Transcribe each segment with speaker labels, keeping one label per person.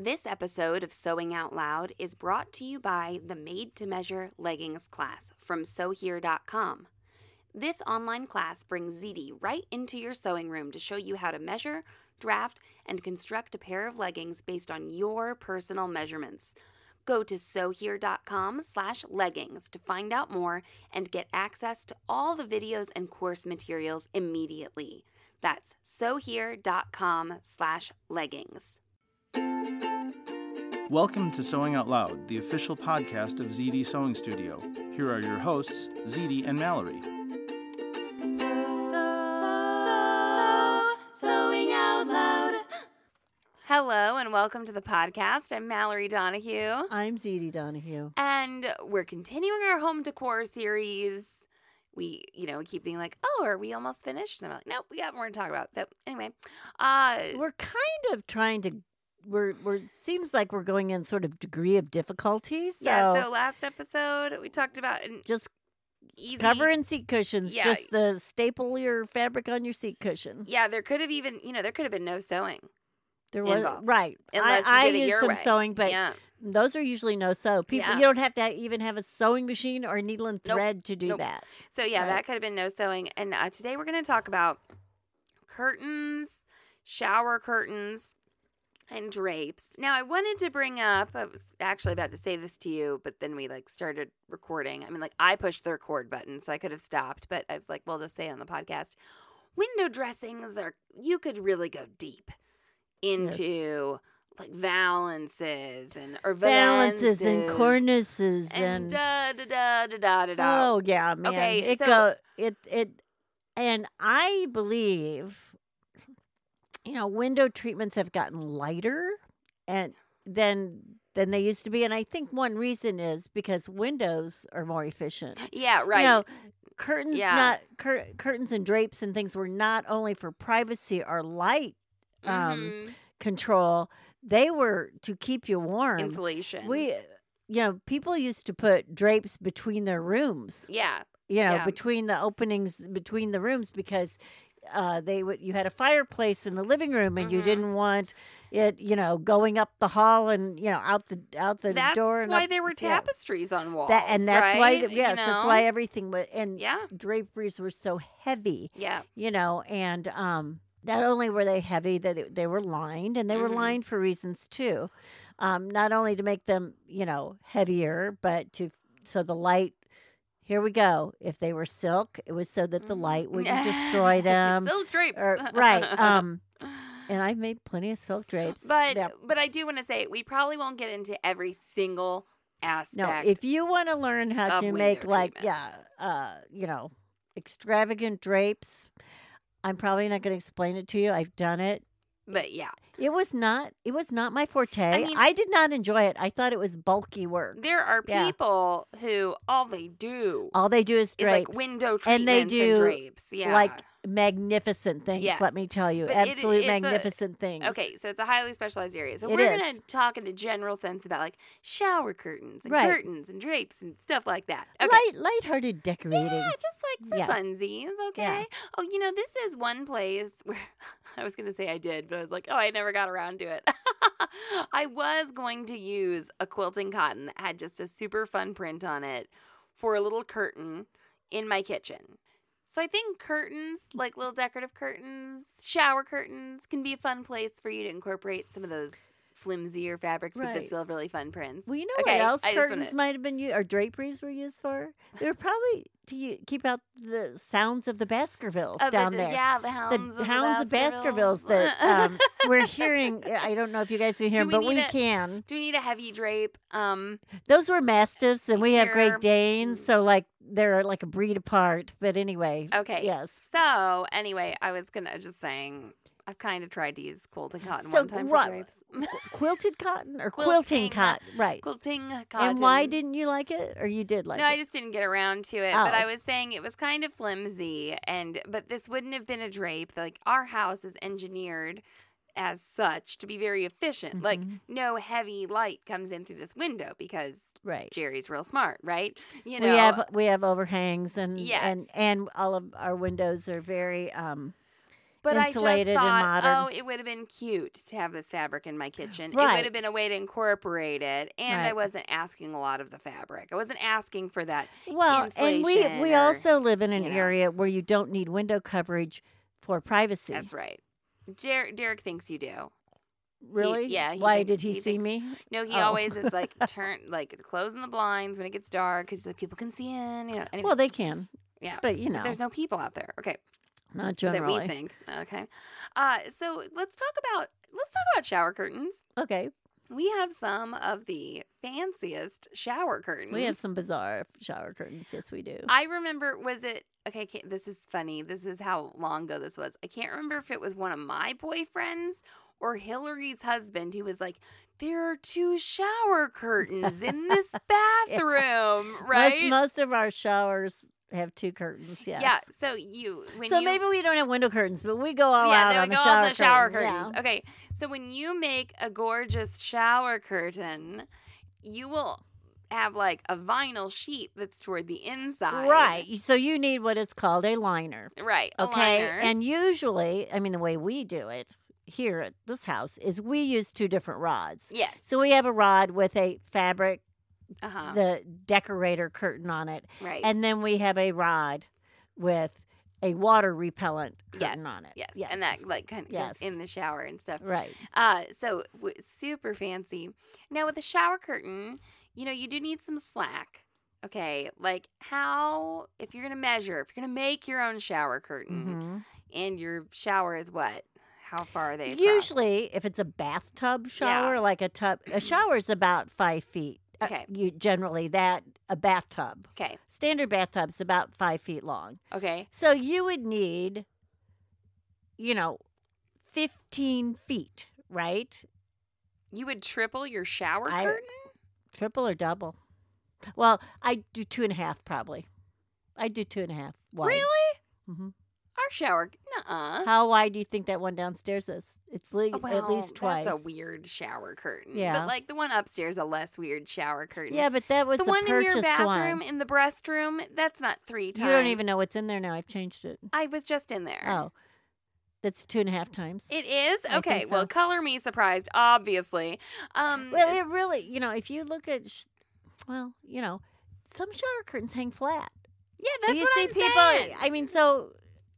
Speaker 1: This episode of Sewing Out Loud is brought to you by the Made to Measure Leggings class from sewhere.com. This online class brings ZD right into your sewing room to show you how to measure, draft, and construct a pair of leggings based on your personal measurements. Go to sewhere.com slash leggings to find out more and get access to all the videos and course materials immediately. That's sewhere.com slash leggings.
Speaker 2: Welcome to Sewing Out Loud, the official podcast of ZD Sewing Studio. Here are your hosts, ZD and Mallory.
Speaker 1: So, so, sewing out loud. Hello and welcome to the podcast. I'm Mallory Donahue,
Speaker 3: I'm Zedie Donahue.
Speaker 1: and we're continuing our home decor series. We, you know, keep being like, "Oh, are we almost finished?" And I'm like, "Nope, we got more to talk about." So, anyway, uh,
Speaker 3: We're kind of trying to. We're we're seems like we're going in sort of degree of difficulty. So,
Speaker 1: yeah. So last episode we talked about an
Speaker 3: just
Speaker 1: easy
Speaker 3: cover and seat cushions.
Speaker 1: Yeah.
Speaker 3: Just the staple your fabric on your seat cushion.
Speaker 1: Yeah, there could have even, you know, there could have been no sewing.
Speaker 3: There was
Speaker 1: Involved.
Speaker 3: right.
Speaker 1: Unless you
Speaker 3: I,
Speaker 1: did
Speaker 3: I
Speaker 1: it
Speaker 3: use
Speaker 1: your
Speaker 3: some
Speaker 1: way.
Speaker 3: sewing, but
Speaker 1: yeah,
Speaker 3: those are usually no sew. People,
Speaker 1: Yeah.
Speaker 3: you don't have to even have a sewing machine or a needle and
Speaker 1: Nope.
Speaker 3: thread to do
Speaker 1: Nope.
Speaker 3: that.
Speaker 1: So yeah,
Speaker 3: Right.
Speaker 1: that could have been no sewing. And uh, today we're going to talk about curtains, shower curtains, and drapes. Now I wanted to bring up. I was actually about to say this to you, but then we like started recording. I mean, like I pushed the record button, so I could have stopped, but I was like, "Well, just say it on the podcast." Window dressings are. You could really go deep into. Like valances and or
Speaker 3: Balances and
Speaker 1: valances
Speaker 3: cornices
Speaker 1: and
Speaker 3: and,
Speaker 1: da da da da da da da.
Speaker 3: oh yeah, man.
Speaker 1: Okay,
Speaker 3: it
Speaker 1: so-
Speaker 3: go it it, and I believe, you know, window treatments have gotten lighter, and than than they used to be. And I think one reason is because windows are more efficient.
Speaker 1: yeah, right.
Speaker 3: You know, curtains
Speaker 1: Yeah.
Speaker 3: not cur- curtains and drapes and things were not only for privacy or light um,
Speaker 1: Mhm.
Speaker 3: control; they were to keep you warm.
Speaker 1: insulation.
Speaker 3: We, you know, people used to put drapes between their rooms.
Speaker 1: yeah,
Speaker 3: You know,
Speaker 1: Yeah.
Speaker 3: between the openings between the rooms because. Uh, they would you had a fireplace in the living room and you
Speaker 1: Mhm.
Speaker 3: didn't want it you know going up the hall and you know out the out the
Speaker 1: that's
Speaker 3: door and
Speaker 1: why
Speaker 3: up-
Speaker 1: there were
Speaker 3: yeah.
Speaker 1: tapestries on walls.
Speaker 3: That, and that's why
Speaker 1: right?
Speaker 3: th-
Speaker 1: You
Speaker 3: yes that's why
Speaker 1: know?
Speaker 3: everything was and
Speaker 1: yeah,
Speaker 3: draperies were so heavy
Speaker 1: yeah,
Speaker 3: you know and um not only were they heavy that they, they were lined and they were
Speaker 1: Mhm.
Speaker 3: lined for reasons too um not only to make them you know heavier but to so the light here we go if they were silk it was so that the
Speaker 1: Mhm.
Speaker 3: light wouldn't destroy them
Speaker 1: silk drapes,
Speaker 3: or, right um and i've made plenty of silk drapes
Speaker 1: but
Speaker 3: that-
Speaker 1: but I do want to say we probably won't get into every single aspect.
Speaker 3: No, if you want to learn how
Speaker 1: of
Speaker 3: to
Speaker 1: window
Speaker 3: make like yeah,
Speaker 1: treatments.
Speaker 3: uh, you know, extravagant drapes, I'm probably not going to explain it to you. I've done it.
Speaker 1: but yeah,
Speaker 3: It was not. It was not my forte. I,
Speaker 1: mean-
Speaker 3: did not enjoy it. I thought it was bulky work.
Speaker 1: there are
Speaker 3: Yeah.
Speaker 1: people who all they do
Speaker 3: All they do is
Speaker 1: is
Speaker 3: drapes,
Speaker 1: like window treatments
Speaker 3: And they do,
Speaker 1: drapes. Yeah,
Speaker 3: like, magnificent things.
Speaker 1: Yes.
Speaker 3: Let me tell you,
Speaker 1: But it-
Speaker 3: absolute
Speaker 1: it's a-
Speaker 3: magnificent things.
Speaker 1: Okay, so it's a highly specialized area. So
Speaker 3: It
Speaker 1: we're
Speaker 3: is.
Speaker 1: gonna talk in a general sense about like shower curtains and
Speaker 3: Right.
Speaker 1: curtains and drapes and stuff like that. Okay.
Speaker 3: light, lighthearted decorating.
Speaker 1: Yeah, just like for
Speaker 3: Yeah.
Speaker 1: funsies, okay? Oh, you know, this is one place where I was going to say I did, but I was like, oh, I never got around to it. I was going to use a quilting cotton that had just a super fun print on it for a little curtain in my kitchen. So I think curtains, like little decorative curtains, shower curtains, can be a fun place for you to incorporate some of those flimsier fabrics, but
Speaker 3: Right.
Speaker 1: that's still have really fun prints.
Speaker 3: Well, you know
Speaker 1: Okay,
Speaker 3: what else
Speaker 1: I just wanna-
Speaker 3: curtains might have been used or draperies were used for? They were probably to u- keep out the sounds of the Baskervilles
Speaker 1: Oh, the-
Speaker 3: down
Speaker 1: the-
Speaker 3: there.
Speaker 1: Yeah, the hounds.
Speaker 3: the hounds of Baskervilles that um, we're hearing. I don't know if you guys can hear,
Speaker 1: we
Speaker 3: 'em, but
Speaker 1: need
Speaker 3: we
Speaker 1: a-
Speaker 3: can.
Speaker 1: Do we need a heavy drape? Um,
Speaker 3: Those were mastiffs, and we have
Speaker 1: Here.
Speaker 3: Great Danes, so like they're like a breed apart. But anyway,
Speaker 1: okay.
Speaker 3: yes.
Speaker 1: So anyway, I was gonna just saying I've kind of tried to use quilted cotton
Speaker 3: So
Speaker 1: one time
Speaker 3: what-
Speaker 1: for drapes.
Speaker 3: Qu- quilted cotton or
Speaker 1: Quilting,
Speaker 3: quilting cotton, right?
Speaker 1: Quilting cotton.
Speaker 3: And why didn't you like it, or you did like
Speaker 1: no,
Speaker 3: it?
Speaker 1: I just didn't get around to it. But
Speaker 3: Oh.
Speaker 1: I was saying it was kind of flimsy, and but this wouldn't have been a drape. Like our house is engineered as such to be very efficient. Like
Speaker 3: Mhm.
Speaker 1: no heavy light comes in through this window because
Speaker 3: right.
Speaker 1: Jerry's real smart, right? You know,
Speaker 3: we have we have overhangs and
Speaker 1: Yes.
Speaker 3: and and all of our windows are very um
Speaker 1: but
Speaker 3: insulated and
Speaker 1: I just thought,
Speaker 3: modern.
Speaker 1: oh, it would have been cute to have this fabric in my kitchen. It would
Speaker 3: Right.
Speaker 1: have been a way to incorporate it, and I
Speaker 3: Right.
Speaker 1: wasn't asking a lot of the fabric. I wasn't asking for that.
Speaker 3: well and we
Speaker 1: insulation
Speaker 3: we
Speaker 1: or-
Speaker 3: also live in an
Speaker 1: you know.
Speaker 3: area where you don't need window coverage for privacy
Speaker 1: That's right. Jer- Derek thinks you do.
Speaker 3: really
Speaker 1: yeah, he
Speaker 3: why
Speaker 1: thinks-
Speaker 3: did he,
Speaker 1: he
Speaker 3: see
Speaker 1: thinks-
Speaker 3: me
Speaker 1: No, he
Speaker 3: Oh.
Speaker 1: always is like turn like closing the blinds when it gets dark because the people can see in. You know, anyway,
Speaker 3: well they can
Speaker 1: yeah.
Speaker 3: but you know
Speaker 1: there's no people out there. Okay,
Speaker 3: not generally
Speaker 1: that we think. Okay, uh, so let's talk about let's talk about shower curtains.
Speaker 3: okay
Speaker 1: We have some of the fanciest shower curtains.
Speaker 3: we have some bizarre shower curtains yes we do
Speaker 1: I remember, was it, okay, ca- this is funny. This is how long ago this was. I can't remember if it was one of my boyfriends or Hillary's husband who was like, there are two shower curtains in this bathroom, right?
Speaker 3: most, most of our showers have two curtains yes
Speaker 1: Yeah, so you, when
Speaker 3: so
Speaker 1: you,
Speaker 3: maybe we don't have window curtains but we go all
Speaker 1: yeah,
Speaker 3: out
Speaker 1: they
Speaker 3: on
Speaker 1: would
Speaker 3: the
Speaker 1: go
Speaker 3: shower
Speaker 1: on the shower
Speaker 3: curtain.
Speaker 1: curtains. Okay, so when you make a gorgeous shower curtain, you will have like a vinyl sheet that's toward the inside.
Speaker 3: Right. So you need what is called a liner.
Speaker 1: Right. a
Speaker 3: Okay.
Speaker 1: liner.
Speaker 3: And usually, I mean, the way we do it here at this house is we use two different rods.
Speaker 1: yes.
Speaker 3: So we have a rod with a fabric,
Speaker 1: Uh huh.
Speaker 3: the decorator curtain on it,
Speaker 1: Right.
Speaker 3: and then we have a rod with a water repellent
Speaker 1: yes.
Speaker 3: curtain on it.
Speaker 1: Yes. And that like kind of
Speaker 3: Yes. Mm.
Speaker 1: in the shower and stuff.
Speaker 3: Right.
Speaker 1: Uh, so w- super fancy. Now with a shower curtain, you know you do need some slack. Okay, like how if you're gonna measure, if you're gonna make your own shower curtain,
Speaker 3: Mhm.
Speaker 1: and your shower is what? How far are they? across?
Speaker 3: Usually, if it's a bathtub shower, like a tub, a shower is about five feet. Uh,
Speaker 1: Okay.
Speaker 3: you generally that a bathtub.
Speaker 1: Okay.
Speaker 3: standard bathtub's about five feet long.
Speaker 1: Okay.
Speaker 3: So you would need, you know, 15 feet, right?
Speaker 1: You would triple your shower
Speaker 3: I-
Speaker 1: curtain.
Speaker 3: Triple or double? Well, I do two and a half probably. I do two and a half. Wide.
Speaker 1: Really?
Speaker 3: Mhm.
Speaker 1: Our shower? Nuh-uh.
Speaker 3: How wide do you think that one downstairs is? It's le-
Speaker 1: Well,
Speaker 3: at least twice.
Speaker 1: That's a weird shower curtain.
Speaker 3: Yeah.
Speaker 1: But like the one upstairs, a less weird shower curtain.
Speaker 3: Yeah, but that was
Speaker 1: the
Speaker 3: a
Speaker 1: one in
Speaker 3: purchased
Speaker 1: your bathroom
Speaker 3: one.
Speaker 1: in the restroom. That's not three
Speaker 3: You
Speaker 1: times.
Speaker 3: don't even know what's in there now. I've changed it.
Speaker 1: I was just in there.
Speaker 3: Oh, that's two and a half times.
Speaker 1: It is
Speaker 3: I think
Speaker 1: okay. Well,
Speaker 3: so.
Speaker 1: color me surprised, obviously. Um,
Speaker 3: Well, it really, you know, if you look at, sh- well, you know, some shower curtains hang flat.
Speaker 1: yeah, that's
Speaker 3: you
Speaker 1: what
Speaker 3: see
Speaker 1: I'm
Speaker 3: people.
Speaker 1: saying.
Speaker 3: I mean, so,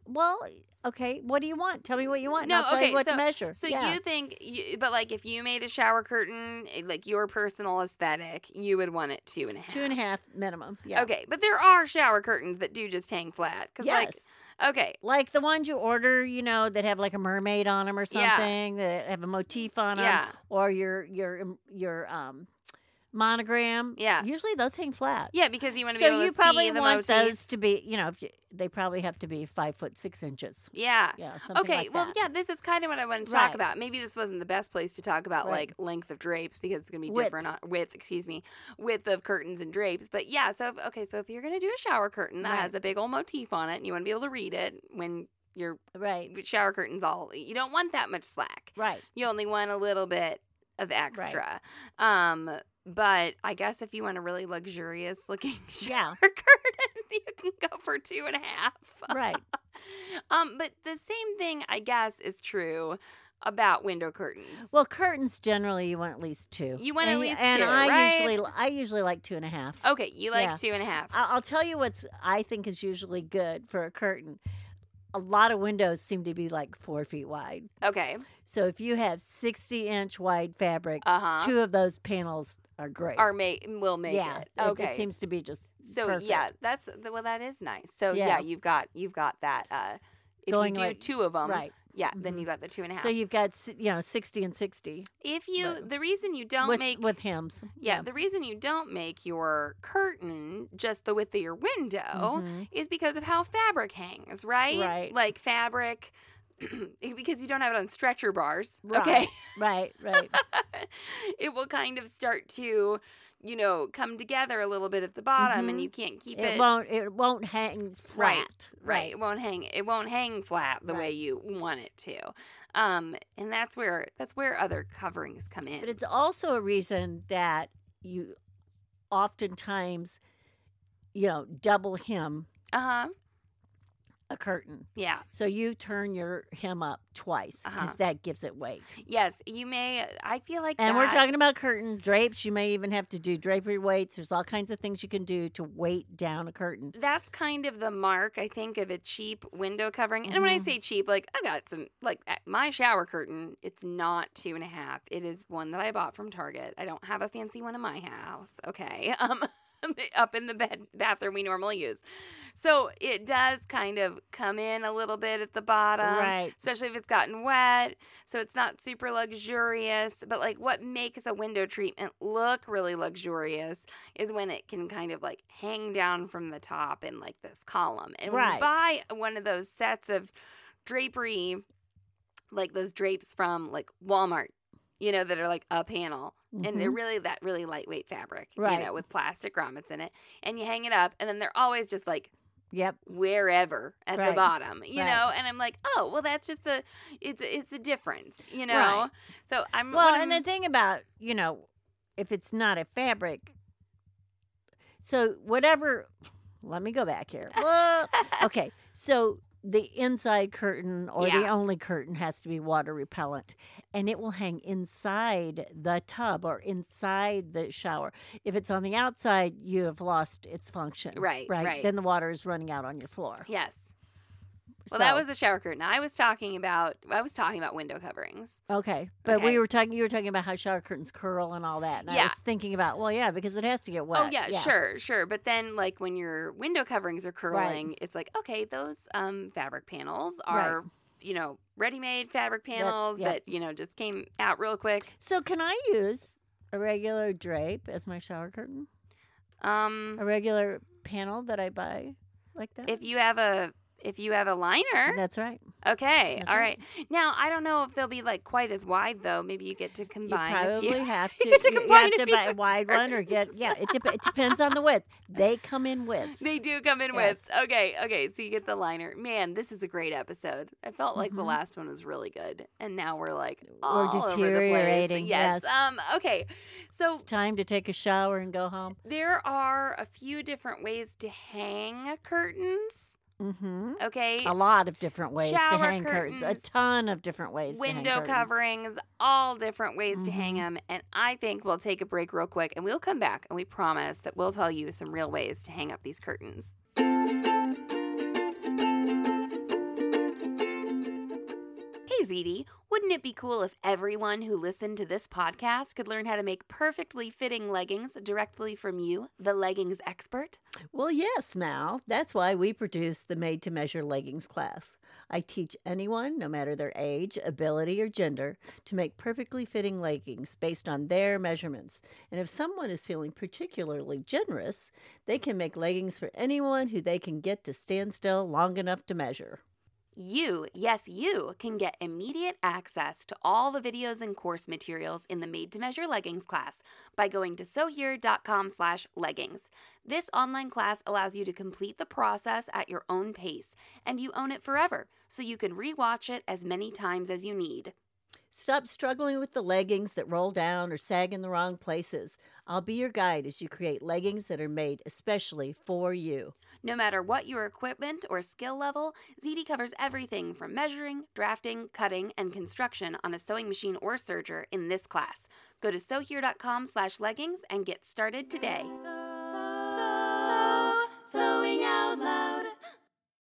Speaker 3: well, okay. What do you want? Tell me what you want. and
Speaker 1: No,
Speaker 3: I'll tell
Speaker 1: okay,
Speaker 3: you what
Speaker 1: so-
Speaker 3: to measure.
Speaker 1: So
Speaker 3: yeah.
Speaker 1: you think, you, but like if you made a shower curtain, eh, like your personal aesthetic, you would want it two and a half.
Speaker 3: two and a half minimum. Yeah.
Speaker 1: Okay, but there are shower curtains that do just hang flat. Cause
Speaker 3: Yes. Like,
Speaker 1: like, okay,
Speaker 3: the ones you order, you know, that have like a mermaid on them or
Speaker 1: Yeah.
Speaker 3: something, that have a motif on them,
Speaker 1: Yeah.
Speaker 3: or your your your um monogram.
Speaker 1: Yeah.
Speaker 3: Usually those hang flat.
Speaker 1: yeah, because you want to
Speaker 3: so
Speaker 1: be able
Speaker 3: you
Speaker 1: to
Speaker 3: probably
Speaker 1: see the motifs.
Speaker 3: want those to be, you know, if you, they probably have to be five foot six inches.
Speaker 1: Yeah.
Speaker 3: Yeah. Something
Speaker 1: okay.
Speaker 3: like
Speaker 1: well,
Speaker 3: that.
Speaker 1: yeah. This is kind of what I want to talk
Speaker 3: Right.
Speaker 1: about. Maybe this wasn't the best place to talk about
Speaker 3: Right.
Speaker 1: like length of drapes because it's going to be
Speaker 3: Width.
Speaker 1: different on width. Excuse me, width of curtains and drapes. But yeah. So if, okay. So if you're going to do a shower curtain that
Speaker 3: Right.
Speaker 1: has a big old motif on it, and you want to be able to read it when your
Speaker 3: Right.
Speaker 1: shower curtains all, you don't want that much slack.
Speaker 3: Right.
Speaker 1: You only want a little bit of extra. Um. But I guess if you want a really luxurious looking shower
Speaker 3: Yeah.
Speaker 1: curtain, you can go for two and a half.
Speaker 3: Right.
Speaker 1: Um, but the same thing, I guess, is true about window curtains.
Speaker 3: Well, curtains generally you want at least two.
Speaker 1: You want at
Speaker 3: And-
Speaker 1: least
Speaker 3: and
Speaker 1: two,
Speaker 3: I
Speaker 1: right?
Speaker 3: usually I usually like two and a half.
Speaker 1: okay, you like
Speaker 3: yeah.
Speaker 1: two and a half.
Speaker 3: I- I'll tell you what's I think is usually good for a curtain. a lot of windows seem to be like four feet wide.
Speaker 1: Okay.
Speaker 3: So if you have 60 inch wide fabric,
Speaker 1: Uh huh.
Speaker 3: two of those panels are great.
Speaker 1: Or make will make
Speaker 3: yeah,
Speaker 1: it. Okay.
Speaker 3: It, seems to be just
Speaker 1: so
Speaker 3: perfect.
Speaker 1: yeah, that's well that is nice. So yeah,
Speaker 3: Yeah.
Speaker 1: you've got you've got that. Uh, if
Speaker 3: Going
Speaker 1: you do
Speaker 3: like-
Speaker 1: two of them,
Speaker 3: right.
Speaker 1: yeah, then
Speaker 3: Mhm.
Speaker 1: you got the two and a half.
Speaker 3: So you've got si- you know 60 and 60
Speaker 1: if you
Speaker 3: but-
Speaker 1: the reason you don't
Speaker 3: with,
Speaker 1: make
Speaker 3: with hems.
Speaker 1: yeah, the reason you don't make your curtain just the width of your window
Speaker 3: Mhm.
Speaker 1: is because of how fabric hangs, right?
Speaker 3: Right.
Speaker 1: Like fabric, eh, because you don't have it on stretcher bars.
Speaker 3: Right.
Speaker 1: Okay.
Speaker 3: right, right.
Speaker 1: it will kind of start to, you know, come together a little bit at the bottom and
Speaker 3: Mhm.
Speaker 1: you can't keep
Speaker 3: it,
Speaker 1: it.
Speaker 3: won't it won't hang flat.
Speaker 1: Right. It won't hang it won't hang flat the way
Speaker 3: Right.
Speaker 1: you want it to. Um and that's where that's where other coverings come in.
Speaker 3: But it's also a reason that you oftentimes you know double hem
Speaker 1: uh-huh.
Speaker 3: a curtain.
Speaker 1: Yeah.
Speaker 3: So you turn your hem up twice because
Speaker 1: Uh-huh.
Speaker 3: that gives it weight.
Speaker 1: Yes, you may I feel like
Speaker 3: And we're
Speaker 1: that-
Speaker 3: talking about curtain drapes. You may even have to do drapery weights. There's all kinds of things you can do to weight down a curtain.
Speaker 1: that's kind of the mark I think of a cheap window covering. And when I
Speaker 3: Mhm.
Speaker 1: say cheap, like I got some like at my shower curtain. It's not two and a half. It is one that I bought from Target. I don't have a fancy one in my house. Okay, um, up in the bed bathroom we normally use. So it does kind of come in a little bit at the bottom
Speaker 3: right.
Speaker 1: especially if it's gotten wet. So it's not super luxurious, but like what makes a window treatment look really luxurious is when it can kind of like hang down from the top in like this column. And when you
Speaker 3: Right.
Speaker 1: buy one of those sets of drapery, like those drapes from like Walmart, you know, that are like a panel. And they're
Speaker 3: Mhm.
Speaker 1: really that really lightweight fabric, you know,
Speaker 3: Right.
Speaker 1: with plastic grommets in it. And you hang it up, and then they're always just like
Speaker 3: Yep.
Speaker 1: wherever at the
Speaker 3: Right.
Speaker 1: bottom, you
Speaker 3: Right.
Speaker 1: know. And I'm like, oh, well, that's just the it's it's a difference, you know.
Speaker 3: Right.
Speaker 1: So I'm
Speaker 3: Well,
Speaker 1: what
Speaker 3: and
Speaker 1: I'm-
Speaker 3: the thing about, you know, if it's not a fabric, so whatever, let me go back here. Whoa. okay. So the inside curtain or the
Speaker 1: Yeah.
Speaker 3: only curtain has to be water repellent and it will hang inside the tub or inside the shower. If it's on the outside, you have lost its function.
Speaker 1: Right,
Speaker 3: Right.
Speaker 1: right.
Speaker 3: Then the water is running out on your floor.
Speaker 1: yes. Well, that
Speaker 3: So-
Speaker 1: was a shower curtain. I was talking about I was talking about window coverings.
Speaker 3: Okay, but
Speaker 1: Okay.
Speaker 3: we were talking. You were talking about how shower curtains curl and all that, and
Speaker 1: Yeah.
Speaker 3: I was thinking about, well, yeah, because it has to get wet.
Speaker 1: Oh yeah, sure, sure. But then like when your window coverings are curling, it's like okay, those um fabric panels
Speaker 3: Right.
Speaker 1: are you know ready-made fabric panels
Speaker 3: yep.
Speaker 1: that you know just came out real quick.
Speaker 3: So can I use a regular drape as my shower curtain?
Speaker 1: Um,
Speaker 3: A regular panel that I buy like that.
Speaker 1: if you have a if you have a liner,
Speaker 3: That's right.
Speaker 1: Okay.
Speaker 3: That's
Speaker 1: all right.
Speaker 3: right.
Speaker 1: Now I don't know if they'll be like quite as wide though. Maybe you get to combine.
Speaker 3: you
Speaker 1: a few-
Speaker 3: probably have to.
Speaker 1: you have to
Speaker 3: you- you
Speaker 1: combine
Speaker 3: have
Speaker 1: a
Speaker 3: to
Speaker 1: few
Speaker 3: buy a wide one or get. Yeah, it, dep it depends on the width. They come in width.
Speaker 1: They do come in
Speaker 3: Yes.
Speaker 1: with. Okay. Okay. So you get the liner. Man, this is a great episode. I felt like the
Speaker 3: Mhm.
Speaker 1: last one was really good, and now we're like
Speaker 3: We're
Speaker 1: all over the place.
Speaker 3: deteriorating,
Speaker 1: Yes.
Speaker 3: yes.
Speaker 1: Um. Okay. So
Speaker 3: It's time to take a shower and go home.
Speaker 1: there are a few different ways to hang curtains.
Speaker 3: Mm-hmm.
Speaker 1: Okay.
Speaker 3: A lot of different ways to
Speaker 1: Shower
Speaker 3: hang curtains. A
Speaker 1: curtains,
Speaker 3: ton of different ways. to hang
Speaker 1: window
Speaker 3: curtains.
Speaker 1: coverings, all different ways to hang
Speaker 3: Mhm.
Speaker 1: them. And I think we'll take a break real quick and we'll come back and we promise that we'll tell you some real ways to hang up these curtains. Hey, ZD, wouldn't it be cool if everyone who listened to this podcast could learn how to make perfectly fitting leggings directly from you, the leggings expert?
Speaker 4: Well, yes, Mal. That's why we produce the Made to Measure Leggings class. I teach anyone, no matter their age, ability, or gender, to make perfectly fitting leggings based on their measurements. And if someone is feeling particularly generous, they can make leggings for anyone who they can get to stand still long enough to measure.
Speaker 1: You, yes, you can get immediate access to all the videos and course materials in the Made to Measure Leggings class by going to sewhere.com slash leggings. This online class allows you to complete the process at your own pace, and you own it forever, so you can rewatch it as many times as you need.
Speaker 4: Stop struggling with the leggings that roll down or sag in the wrong places. I'll be your guide as you create leggings that are made especially for you.
Speaker 1: No matter what your equipment or skill level, ZD covers everything from measuring, drafting, cutting, and construction on a sewing machine or serger in this class. Go to sewhere.com slash leggings and get started today.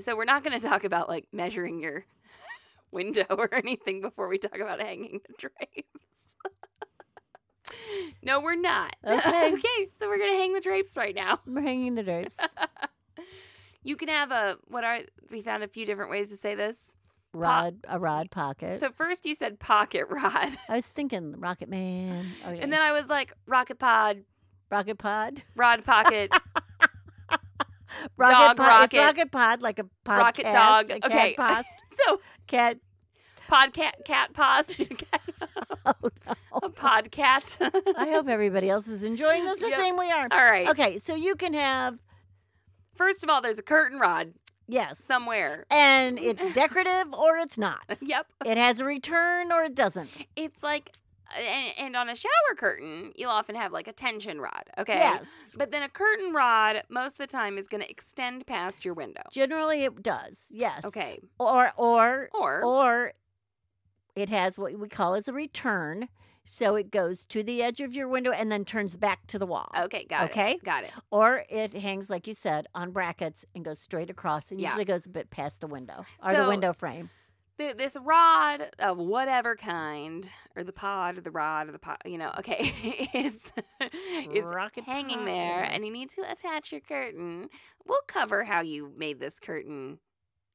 Speaker 1: So we're not going to talk about like measuring your window or anything before we talk about hanging the drapes. no, we're not.
Speaker 3: Okay.
Speaker 1: okay, so we're going to hang the drapes right now.
Speaker 3: We're hanging the drapes.
Speaker 1: You can have a what are we found a few different ways to say this.
Speaker 3: Rod, a rod pocket.
Speaker 1: So first you said pocket rod.
Speaker 3: I was thinking Rocket Man. Okay.
Speaker 1: And then I was like rocket pod,
Speaker 3: Rocket Pod.
Speaker 1: rod pocket,
Speaker 3: Rocket
Speaker 1: Dog
Speaker 3: pod, It's
Speaker 1: rocket.
Speaker 3: rocket Pod, like a podcast,
Speaker 1: rocket dog.
Speaker 3: A
Speaker 1: okay.
Speaker 3: Cat, post,
Speaker 1: so
Speaker 3: cat.
Speaker 1: podcat cat post
Speaker 3: Oh,
Speaker 1: a podcat.
Speaker 3: I hope everybody else is enjoying this the
Speaker 1: Yep.
Speaker 3: same we are.
Speaker 1: All right.
Speaker 3: Okay, so you can have
Speaker 1: First of all, there's a curtain rod
Speaker 3: yes,
Speaker 1: somewhere.
Speaker 3: and it's decorative or it's not.
Speaker 1: Yep.
Speaker 3: It has a return or it doesn't.
Speaker 1: It's like and, and on a shower curtain, you'll often have like a tension rod, okay?
Speaker 3: Yes.
Speaker 1: But then a curtain rod most of the time is going to extend past your window.
Speaker 3: Generally, it does. Yes.
Speaker 1: Okay.
Speaker 3: Or or
Speaker 1: Or,
Speaker 3: or it has what we call as a return. So it goes to the edge of your window and then turns back to the wall.
Speaker 1: okay, got
Speaker 3: Okay.
Speaker 1: it. Got it.
Speaker 3: Or it hangs, like you said, on brackets and goes straight across and
Speaker 1: Yeah.
Speaker 3: usually goes a bit past the window or the
Speaker 1: So-
Speaker 3: window frame.
Speaker 1: Th- This rod of whatever kind, or the pod, or the rod, or the pod, you know, okay, is is
Speaker 3: Rocket
Speaker 1: hanging
Speaker 3: pod.
Speaker 1: there, and you need to attach your curtain. We'll cover how you made this curtain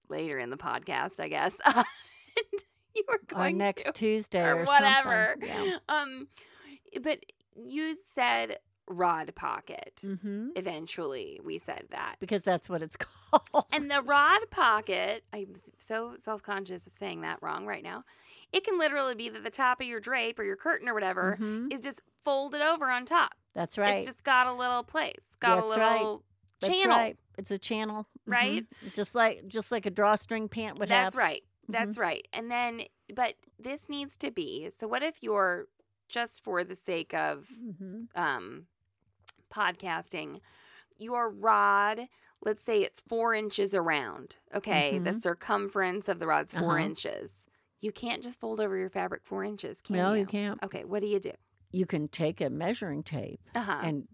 Speaker 1: later in the podcast, I guess. and you were
Speaker 3: Or
Speaker 1: going
Speaker 3: next
Speaker 1: to
Speaker 3: Tuesday or,
Speaker 1: or, whatever.
Speaker 3: Something. Yeah.
Speaker 1: Um, but you said rod pocket.
Speaker 3: Mm-hmm.
Speaker 1: Eventually, we said that.
Speaker 3: Because that's what it's called.
Speaker 1: And the rod pocket, I'm so self conscious of saying that wrong right now. It can literally be that the top of your drape or your curtain or whatever
Speaker 3: Mhm.
Speaker 1: is just folded over on top.
Speaker 3: That's right.
Speaker 1: It's just got a little place, got a
Speaker 3: That's right.
Speaker 1: little
Speaker 3: That's
Speaker 1: channel.
Speaker 3: right. It's a channel, Mhm.
Speaker 1: Right?
Speaker 3: Just like just like a drawstring pant would
Speaker 1: That's
Speaker 3: have.
Speaker 1: right. That's right. And then, but this needs to be so, what if you're just for the sake of
Speaker 3: hmm
Speaker 1: um, podcasting, your rod, let's say it's four inches around, okay? The circumference of the rod's 4
Speaker 3: Mm-hmm. Uh-huh.
Speaker 1: inches. You can't just fold over your fabric four inches, can
Speaker 3: No,
Speaker 1: you?
Speaker 3: you can't.
Speaker 1: Okay, what do you do?
Speaker 3: You can take a measuring tape
Speaker 1: Uh-huh.
Speaker 3: and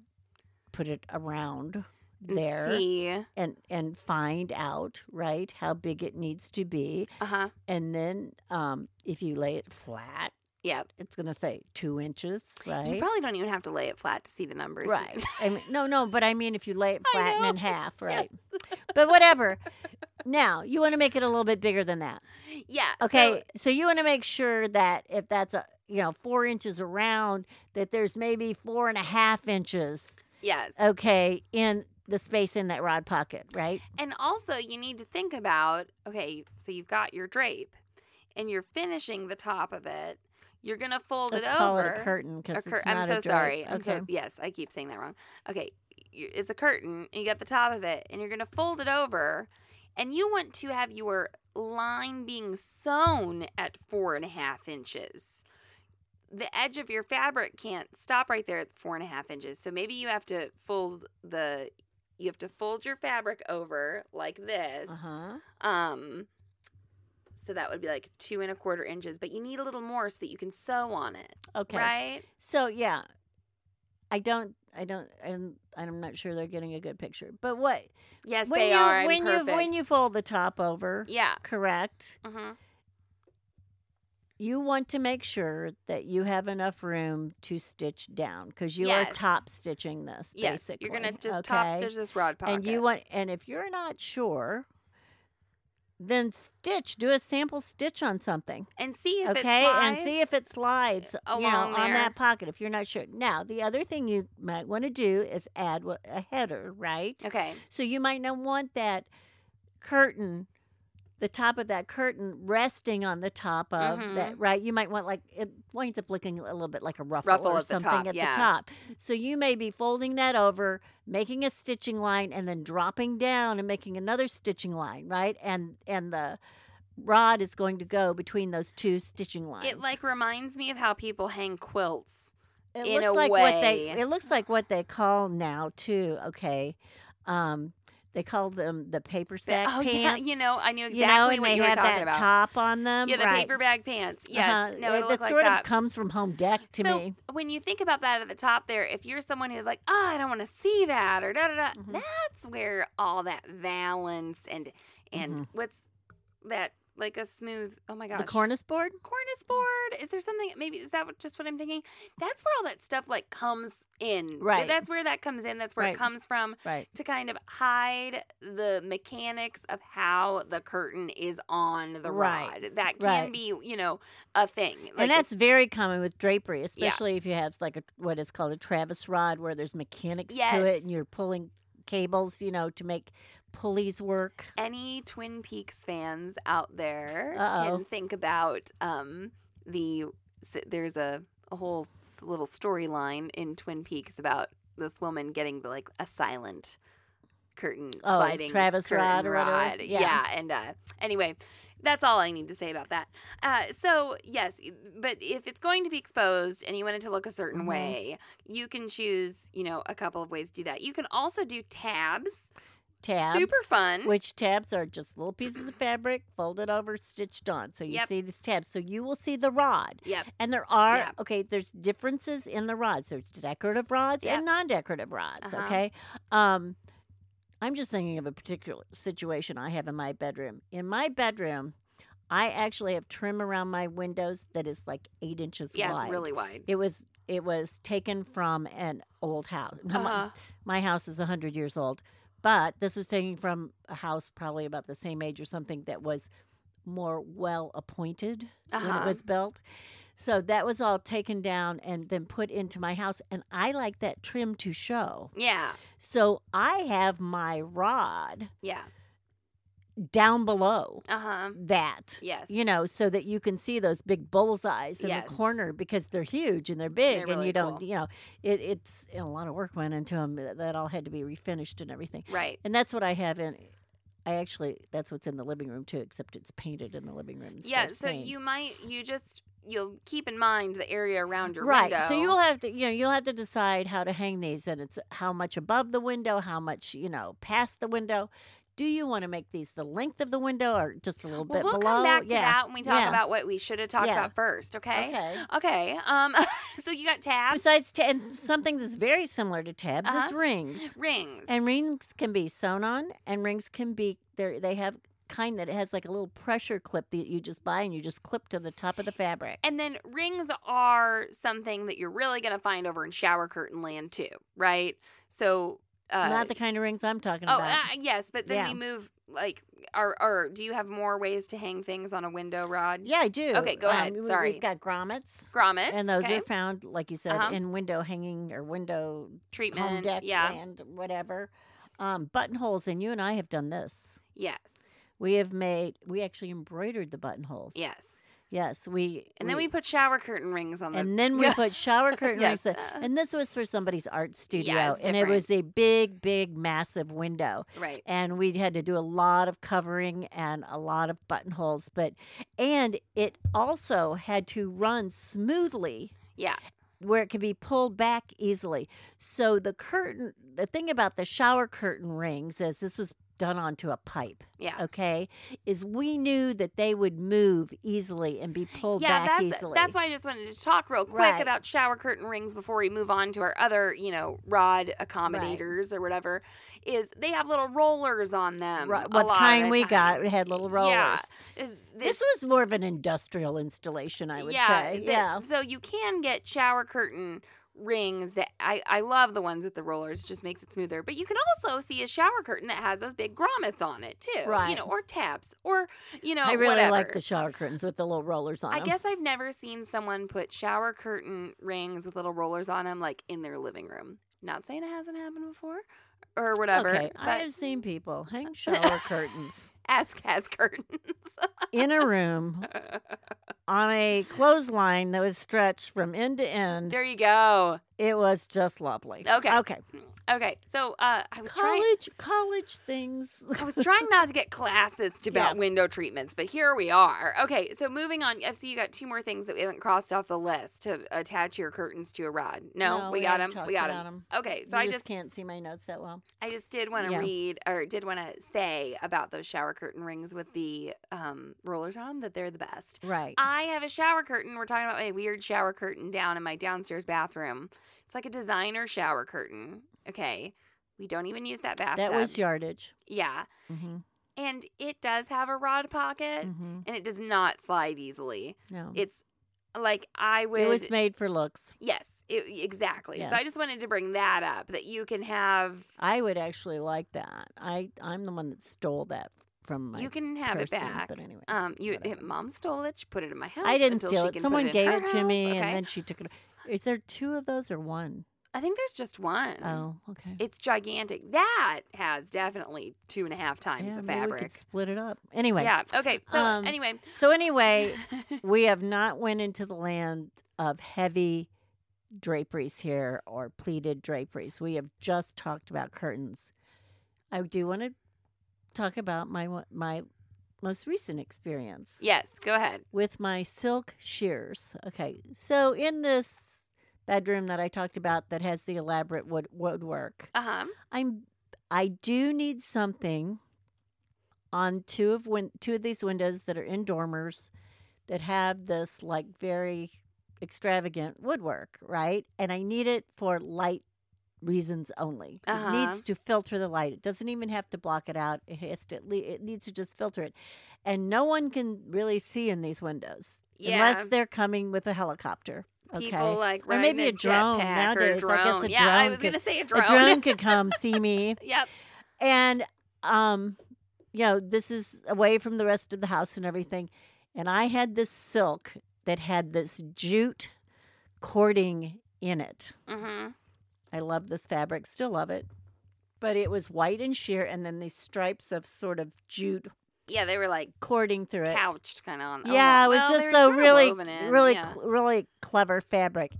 Speaker 3: put it around
Speaker 1: And
Speaker 3: there
Speaker 1: See.
Speaker 3: and and find out right how big it needs to be,
Speaker 1: Uh huh.
Speaker 3: and then um, if you lay it flat,
Speaker 1: Yeah.
Speaker 3: it's going to say two inches, right?
Speaker 1: You probably don't even have to lay it flat to see the numbers.
Speaker 3: Right. I mean, no, no, but I mean, if you lay it
Speaker 1: I
Speaker 3: flat and in
Speaker 1: know.
Speaker 3: half, right? But whatever. Now, you want to make it a little bit bigger than that.
Speaker 1: yeah. so-
Speaker 3: Okay. So, you want to make sure that if that's a, you know, four inches around, that there's maybe four and a half inches,
Speaker 1: yes.
Speaker 3: Oh. okay, in the space in that rod pocket, right?
Speaker 1: And also, you need to think about okay, so you've got your drape and you're finishing the top of it. You're going to fold
Speaker 3: Let's
Speaker 1: it over.
Speaker 3: call it a curtain because
Speaker 1: a
Speaker 3: it's
Speaker 1: cur-
Speaker 3: not
Speaker 1: I'm
Speaker 3: a
Speaker 1: so
Speaker 3: drape.
Speaker 1: sorry. I'm
Speaker 3: okay.
Speaker 1: so yes, I keep saying that wrong. Okay, y- it's a curtain, and you got the top of it, and you're gonna fold it over, and you want to have your line being sewn at four and a half inches. The edge of your fabric can't stop right there at four and a half inches, so maybe you have to fold the you have to fold your fabric over like this.
Speaker 3: uh-huh.
Speaker 1: Um, so that would be like two and a quarter inches, but you need a little more so that you can sew on it,
Speaker 3: Okay.
Speaker 1: right?
Speaker 3: So yeah, I don't, I don't, I'm, I'm not sure they're getting a good picture. But what
Speaker 1: Yes,
Speaker 3: when
Speaker 1: they
Speaker 3: you,
Speaker 1: are. I'm
Speaker 3: when you when
Speaker 1: perfect.
Speaker 3: you fold the top over,
Speaker 1: yeah.
Speaker 3: correct?
Speaker 1: Mhm.
Speaker 3: You want to make sure that you have enough room to stitch down because you are
Speaker 1: Yes.
Speaker 3: top stitching this.
Speaker 1: Yes,
Speaker 3: basically,
Speaker 1: you're gonna just top
Speaker 3: okay?
Speaker 1: stitch this rod pocket.
Speaker 3: And you want, and if you're not sure, Then stitch, do a sample stitch on something.
Speaker 1: and see if
Speaker 3: okay,
Speaker 1: it slides.
Speaker 3: and see if it slides uh, you know,
Speaker 1: along
Speaker 3: on
Speaker 1: there.
Speaker 3: that pocket if you're not sure. Now, the other thing you might want to do is add wha- a header, right?
Speaker 1: Okay.
Speaker 3: So you might not want that curtain, the top of that curtain resting on the top of that,
Speaker 1: Mm-hmm.
Speaker 3: right? You might want like it winds up looking a little bit like a ruffle,
Speaker 1: Ruffle
Speaker 3: or
Speaker 1: at the
Speaker 3: something
Speaker 1: top,
Speaker 3: at
Speaker 1: yeah.
Speaker 3: the top. So you may be folding that over, making a stitching line, and then dropping down and making another stitching line, right? And and the rod is going to go between those two stitching lines.
Speaker 1: It like reminds me of how people hang quilts.
Speaker 3: It
Speaker 1: in
Speaker 3: looks
Speaker 1: a
Speaker 3: like what they
Speaker 1: way.
Speaker 3: it looks like what they call now too. Okay, um, they call them the paper
Speaker 1: But-
Speaker 3: sack
Speaker 1: oh
Speaker 3: pants.
Speaker 1: yeah, you know, I knew
Speaker 3: you know,
Speaker 1: exactly
Speaker 3: and
Speaker 1: what
Speaker 3: they
Speaker 1: you were
Speaker 3: have
Speaker 1: talking
Speaker 3: that
Speaker 1: about.
Speaker 3: top on them.
Speaker 1: yeah, the
Speaker 3: right.
Speaker 1: paper bag pants. Yes,
Speaker 3: Uh-huh.
Speaker 1: no,
Speaker 3: it,
Speaker 1: it'll look
Speaker 3: that
Speaker 1: like
Speaker 3: sort
Speaker 1: that.
Speaker 3: of comes from home deck to
Speaker 1: so
Speaker 3: me.
Speaker 1: when you think about that at the top there, if you're someone who's like, oh, I don't want to see that or da da da,
Speaker 3: Mhm.
Speaker 1: that's where all that valance and and
Speaker 3: Mhm.
Speaker 1: what's that like a smooth? Oh my gosh,
Speaker 3: The cornice board.
Speaker 1: cornice board. Is there something? Maybe is that what- just what I'm thinking? That's where all that stuff like comes in.
Speaker 3: Right.
Speaker 1: That's where that comes in. That's where it
Speaker 3: Right.
Speaker 1: comes from
Speaker 3: Right.
Speaker 1: to kind of hide the mechanics of how the curtain is on the
Speaker 3: Right.
Speaker 1: rod. That can
Speaker 3: Right.
Speaker 1: be, you know, a thing.
Speaker 3: and
Speaker 1: if-
Speaker 3: that's very common with drapery,
Speaker 1: Yeah.
Speaker 3: especially if you have like a, what is called a Travis rod, where there's mechanics to it,
Speaker 1: Yes.
Speaker 3: and you're pulling cables, you know, to make pulleys work.
Speaker 1: any Twin Peaks fans out there
Speaker 3: Uh-oh.
Speaker 1: can think about um, the s- there's a, a whole s- little storyline in Twin Peaks about this woman getting the, like a silent curtain
Speaker 3: Oh,
Speaker 1: sliding
Speaker 3: Travis
Speaker 1: curtain
Speaker 3: rod or whatever?
Speaker 1: Yeah.
Speaker 3: Yeah.
Speaker 1: and uh, anyway. That's all I need to say about that. Uh, so yes, but if it's going to be exposed and you want it to look a certain
Speaker 3: Mhm.
Speaker 1: way, you can choose, you know, a couple of ways to do that. You can also do tabs,
Speaker 3: Tabs.
Speaker 1: super fun.
Speaker 3: Which tabs are just little pieces of fabric folded over, stitched on. So you
Speaker 1: Yep.
Speaker 3: see these tabs. So you will see the rod.
Speaker 1: Yep.
Speaker 3: And there are,
Speaker 1: Yeah.
Speaker 3: okay, there's differences in the rods. There's decorative rods
Speaker 1: Yep.
Speaker 3: and non decorative rods,
Speaker 1: Uh-huh.
Speaker 3: okay? Um, I'm just thinking of a particular situation I have in my bedroom. In my bedroom, I actually have trim around my windows that is like eight inches
Speaker 1: Yeah,
Speaker 3: wide.
Speaker 1: it's really wide.
Speaker 3: It was it was taken from an old house. Now, my-
Speaker 1: Uh-huh.
Speaker 3: my house is 100 years old but this was taken from a house probably about the same age or something that was more well appointed when
Speaker 1: Uh-huh.
Speaker 3: it was built so that was all taken down and then put into my house and i like that trim to show
Speaker 1: Yeah,
Speaker 3: so i have my rod
Speaker 1: yeah.
Speaker 3: down below
Speaker 1: Uh huh.
Speaker 3: that
Speaker 1: Yes.
Speaker 3: you know, so that you can see those big bullseyes in
Speaker 1: Yes.
Speaker 3: the corner because they're huge and they're big,
Speaker 1: They're
Speaker 3: and
Speaker 1: really
Speaker 3: you don't,
Speaker 1: cool.
Speaker 3: you know, it, it's and a lot of work went into them. That all had to be refinished and everything.
Speaker 1: Right.
Speaker 3: And that's what I have in. I actually, that's what's in the living room too, except it's painted in the living room. instead
Speaker 1: Yeah.
Speaker 3: of
Speaker 1: So
Speaker 3: stained.
Speaker 1: you might you just you'll keep in mind the area around your
Speaker 3: right.
Speaker 1: window.
Speaker 3: So you'll have to, you know, you'll have to decide how to hang these, and it's how much above the window, how much, you know, past the window. Do you want to make these the length of the window or just a little
Speaker 1: Well,
Speaker 3: bit
Speaker 1: we'll
Speaker 3: below?
Speaker 1: come back to
Speaker 3: yeah.
Speaker 1: that when we talk
Speaker 3: Yeah.
Speaker 1: about what we should have talked
Speaker 3: Yeah.
Speaker 1: about first. Okay.
Speaker 3: Okay.
Speaker 1: Okay. Um. so you got tabs,
Speaker 3: Besides, ta- and something that's very similar to tabs is
Speaker 1: Uh-huh.
Speaker 3: rings.
Speaker 1: rings,
Speaker 3: And rings can be sewn on, and rings can be there. They have kind that it has like a little pressure clip that you just buy and you just clip to the top of the fabric.
Speaker 1: and then rings are something that you're really gonna find over in shower curtain land too, right? So. Uh,
Speaker 3: Not the kind of rings I'm talking
Speaker 1: Oh,
Speaker 3: about.
Speaker 1: uh, yes, but then we
Speaker 3: Yeah.
Speaker 1: move like, or, or do you have more ways to hang things on a window rod?
Speaker 3: yeah, I do. Um,
Speaker 1: okay, go ahead.
Speaker 3: we-
Speaker 1: Sorry.
Speaker 3: we've got grommets.
Speaker 1: Grommets.
Speaker 3: and those
Speaker 1: okay.
Speaker 3: are found, like you said,
Speaker 1: Uh-huh.
Speaker 3: in window hanging or window
Speaker 1: treatment.
Speaker 3: home deck
Speaker 1: yeah.
Speaker 3: land, whatever. Um, buttonholes, and you and I have done this.
Speaker 1: Yes.
Speaker 3: We have made. We actually embroidered the buttonholes.
Speaker 1: Yes.
Speaker 3: Yes. We.
Speaker 1: And then we put shower curtain rings on them.
Speaker 3: And then we put shower curtain
Speaker 1: Yes.
Speaker 3: rings. that- And this was for somebody's art studio.
Speaker 1: it's
Speaker 3: and it
Speaker 1: different.
Speaker 3: was a big, big, massive window.
Speaker 1: right.
Speaker 3: And we had to do a lot of covering and a lot of buttonholes. But, and it also had to run smoothly
Speaker 1: Yeah.
Speaker 3: where it could be pulled back easily. So the curtain, the thing about the shower curtain rings is this was done onto a pipe.
Speaker 1: Yeah.
Speaker 3: Okay, is we knew that they would move easily and be pulled
Speaker 1: Yeah,
Speaker 3: back
Speaker 1: that's
Speaker 3: easily.
Speaker 1: that's why I just wanted to talk real quick
Speaker 3: Right.
Speaker 1: about shower curtain rings before we move on to our other, you know, rod accommodators or whatever. Is they have little rollers on them.
Speaker 3: Right,
Speaker 1: a
Speaker 3: what
Speaker 1: lot of
Speaker 3: kind
Speaker 1: the
Speaker 3: we
Speaker 1: time.
Speaker 3: got it had little rollers.
Speaker 1: Yeah. Uh,
Speaker 3: This was more of an industrial installation, I would say.
Speaker 1: the-
Speaker 3: yeah.
Speaker 1: So you can get shower curtain rings that I, I love the ones with the rollers, just makes it smoother. But you can also see a shower curtain that has those big grommets on it too. You
Speaker 4: Right.
Speaker 1: know, or tabs. Or, you know,
Speaker 3: I really
Speaker 1: whatever.
Speaker 3: like the shower curtains with the little rollers on
Speaker 1: I
Speaker 3: them.
Speaker 1: guess I've never seen someone put shower curtain rings with little rollers on them, like in their living room. Not saying it hasn't happened before or whatever,
Speaker 3: Okay,
Speaker 1: but
Speaker 3: I've seen people hang shower curtains
Speaker 1: ask has curtains.
Speaker 3: in a room on a clothesline that was stretched from end to end.
Speaker 1: there you go.
Speaker 3: It was just lovely.
Speaker 1: Okay.
Speaker 3: Okay.
Speaker 1: Okay, so uh, I was trying.
Speaker 3: College, college things.
Speaker 1: I was trying not to get classist about window treatments, but here we are. Okay, so moving on. FC, you got two more things that we haven't crossed off the list to attach your curtains to a rod. No, we, got
Speaker 3: haven't
Speaker 1: them. We
Speaker 3: talked
Speaker 1: got
Speaker 3: about
Speaker 1: them.
Speaker 3: 'em.
Speaker 1: Okay, so
Speaker 3: You
Speaker 1: I just,
Speaker 3: can't see my notes that well.
Speaker 1: I just did want to
Speaker 3: Yeah.
Speaker 1: read or did want to say about those shower curtain rings with the um, rollers on them that they're the best.
Speaker 3: Right.
Speaker 1: I have a shower curtain. We're talking about my weird shower curtain down in my downstairs bathroom. It's like a designer shower curtain. Okay, we don't even use that bathtub.
Speaker 3: that was yardage.
Speaker 1: yeah.
Speaker 3: hmm
Speaker 1: and it does have a rod pocket
Speaker 3: hmm
Speaker 1: and it does not slide easily
Speaker 3: No. It,
Speaker 1: it's like i would
Speaker 3: Oh. was made for looks.
Speaker 1: yes it, exactly so i
Speaker 3: Yes.
Speaker 1: just wanted to bring that up that you can have
Speaker 3: I would actually like that. I I'm the one that stole that from my.
Speaker 1: you can have
Speaker 3: person,
Speaker 1: it back
Speaker 3: but anyway,
Speaker 1: um you
Speaker 3: whatever.
Speaker 1: mom stole it she put it in my house
Speaker 3: I didn't
Speaker 1: until
Speaker 3: steal
Speaker 1: she
Speaker 3: it.
Speaker 1: can put
Speaker 3: Someone
Speaker 1: in
Speaker 3: gave
Speaker 1: her
Speaker 3: it to
Speaker 1: house,
Speaker 3: me,
Speaker 1: okay?
Speaker 3: and then she took it. Is there two of those or one?
Speaker 1: i think there's just one.
Speaker 3: Oh, okay.
Speaker 1: it's gigantic that has definitely two and a half times
Speaker 3: yeah,
Speaker 1: the
Speaker 3: maybe we
Speaker 1: fabric
Speaker 3: could split it up. Anyway.
Speaker 1: yeah okay so
Speaker 3: Um,
Speaker 1: anyway
Speaker 3: So anyway, we have not went into the land of heavy draperies here or pleated draperies. We have just talked about curtains. I do want to talk about my one- my most recent experience
Speaker 1: yes go ahead
Speaker 3: with my silk shears. Okay, so in this bedroom that I talked about that has the elaborate wood woodwork,
Speaker 1: uh-huh
Speaker 3: I'm I do need something on two of win- two of these windows that are in dormers that have this like very extravagant woodwork, right? And I need it for light reasons only.
Speaker 1: Uh-huh.
Speaker 3: It needs to filter the light. It doesn't even have to block it out. It has to at lea- it needs to just filter it. And no one can really see in these windows
Speaker 1: Yeah.
Speaker 3: unless they're coming with a helicopter. Okay.
Speaker 1: people like
Speaker 3: or
Speaker 1: riding
Speaker 3: maybe a drone
Speaker 1: jetpack or a
Speaker 3: nowadays. I guess
Speaker 1: drone.
Speaker 3: a
Speaker 1: yeah, I
Speaker 3: drone
Speaker 1: was
Speaker 3: could-
Speaker 1: gonna say a drone.
Speaker 3: a drone could come see me
Speaker 1: yep.
Speaker 3: and um you know this is away from the rest of the house and everything and i had this silk that had this jute cording in it
Speaker 1: Mm-hmm.
Speaker 3: i love this fabric still love it but it was white and sheer and then these stripes of sort of jute
Speaker 1: Yeah, they were like
Speaker 3: cording through it
Speaker 1: couched kind of on. oh,
Speaker 3: yeah, it was
Speaker 1: well, they
Speaker 3: just
Speaker 1: were
Speaker 3: so
Speaker 1: sort of
Speaker 3: really,
Speaker 1: woven in,
Speaker 3: really,
Speaker 1: yeah.
Speaker 3: cl- really clever fabric.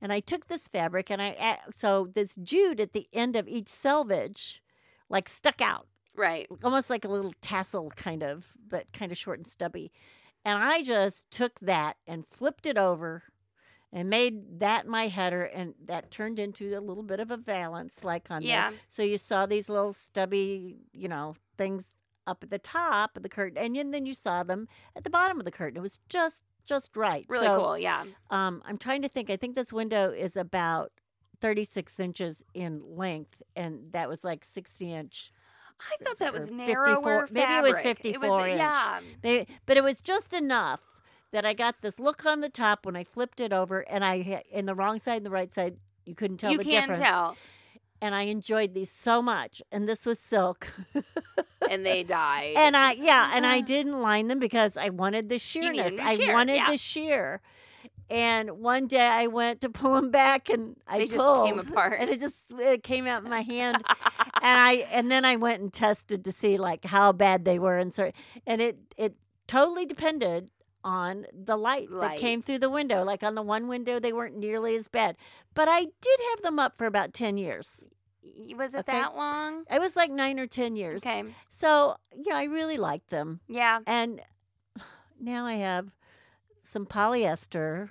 Speaker 3: And I took this fabric and I a- so this jute at the end of each selvage, like stuck out,
Speaker 1: right.
Speaker 3: almost like a little tassel kind of, but kind of short and stubby. And I just took that and flipped it over and made that my header and that turned into a little bit of a valance like on
Speaker 1: Yeah.
Speaker 3: there. So you saw these little stubby, you know, things up at the top of the curtain and then- then you saw them at the bottom of the curtain. It was just just right.
Speaker 1: Really
Speaker 3: So,
Speaker 1: cool. Yeah.
Speaker 3: Um, I'm trying to think. I think this window is about 36 inches in length and that was like 60 inch
Speaker 1: I thought that
Speaker 3: or
Speaker 1: was
Speaker 3: 54
Speaker 1: narrower.
Speaker 3: maybe it was
Speaker 1: fabric.
Speaker 3: 54 inch.
Speaker 1: Yeah.
Speaker 3: They, but it was just enough that I got this look on the top when I flipped it over, and I ha- in the wrong side and the right side, you couldn't tell
Speaker 1: you
Speaker 3: the
Speaker 1: can
Speaker 3: difference.
Speaker 1: tell,
Speaker 3: And I enjoyed these so much. And this was silk,
Speaker 1: and they died.
Speaker 3: and I yeah, and I didn't line them because I wanted the
Speaker 1: Uh-huh. needed
Speaker 3: sheerness.
Speaker 1: the
Speaker 3: I
Speaker 1: sheer,
Speaker 3: wanted
Speaker 1: yeah.
Speaker 3: the sheer. And one day I went to pull them back, and I
Speaker 1: They just
Speaker 3: pulled,
Speaker 1: came apart.
Speaker 3: and it just it came out in my hand. and I and then I went and tested to see like how bad they were and so and it it totally depended on the light, that came
Speaker 1: Light.
Speaker 3: through the window. Like on the one window they weren't nearly as bad. But I did have them up for about ten years.
Speaker 1: Y- was it
Speaker 3: Okay.
Speaker 1: that long?
Speaker 3: It was like nine or ten years.
Speaker 1: Okay.
Speaker 3: So, you know, I really liked them.
Speaker 1: Yeah.
Speaker 3: And now I have some polyester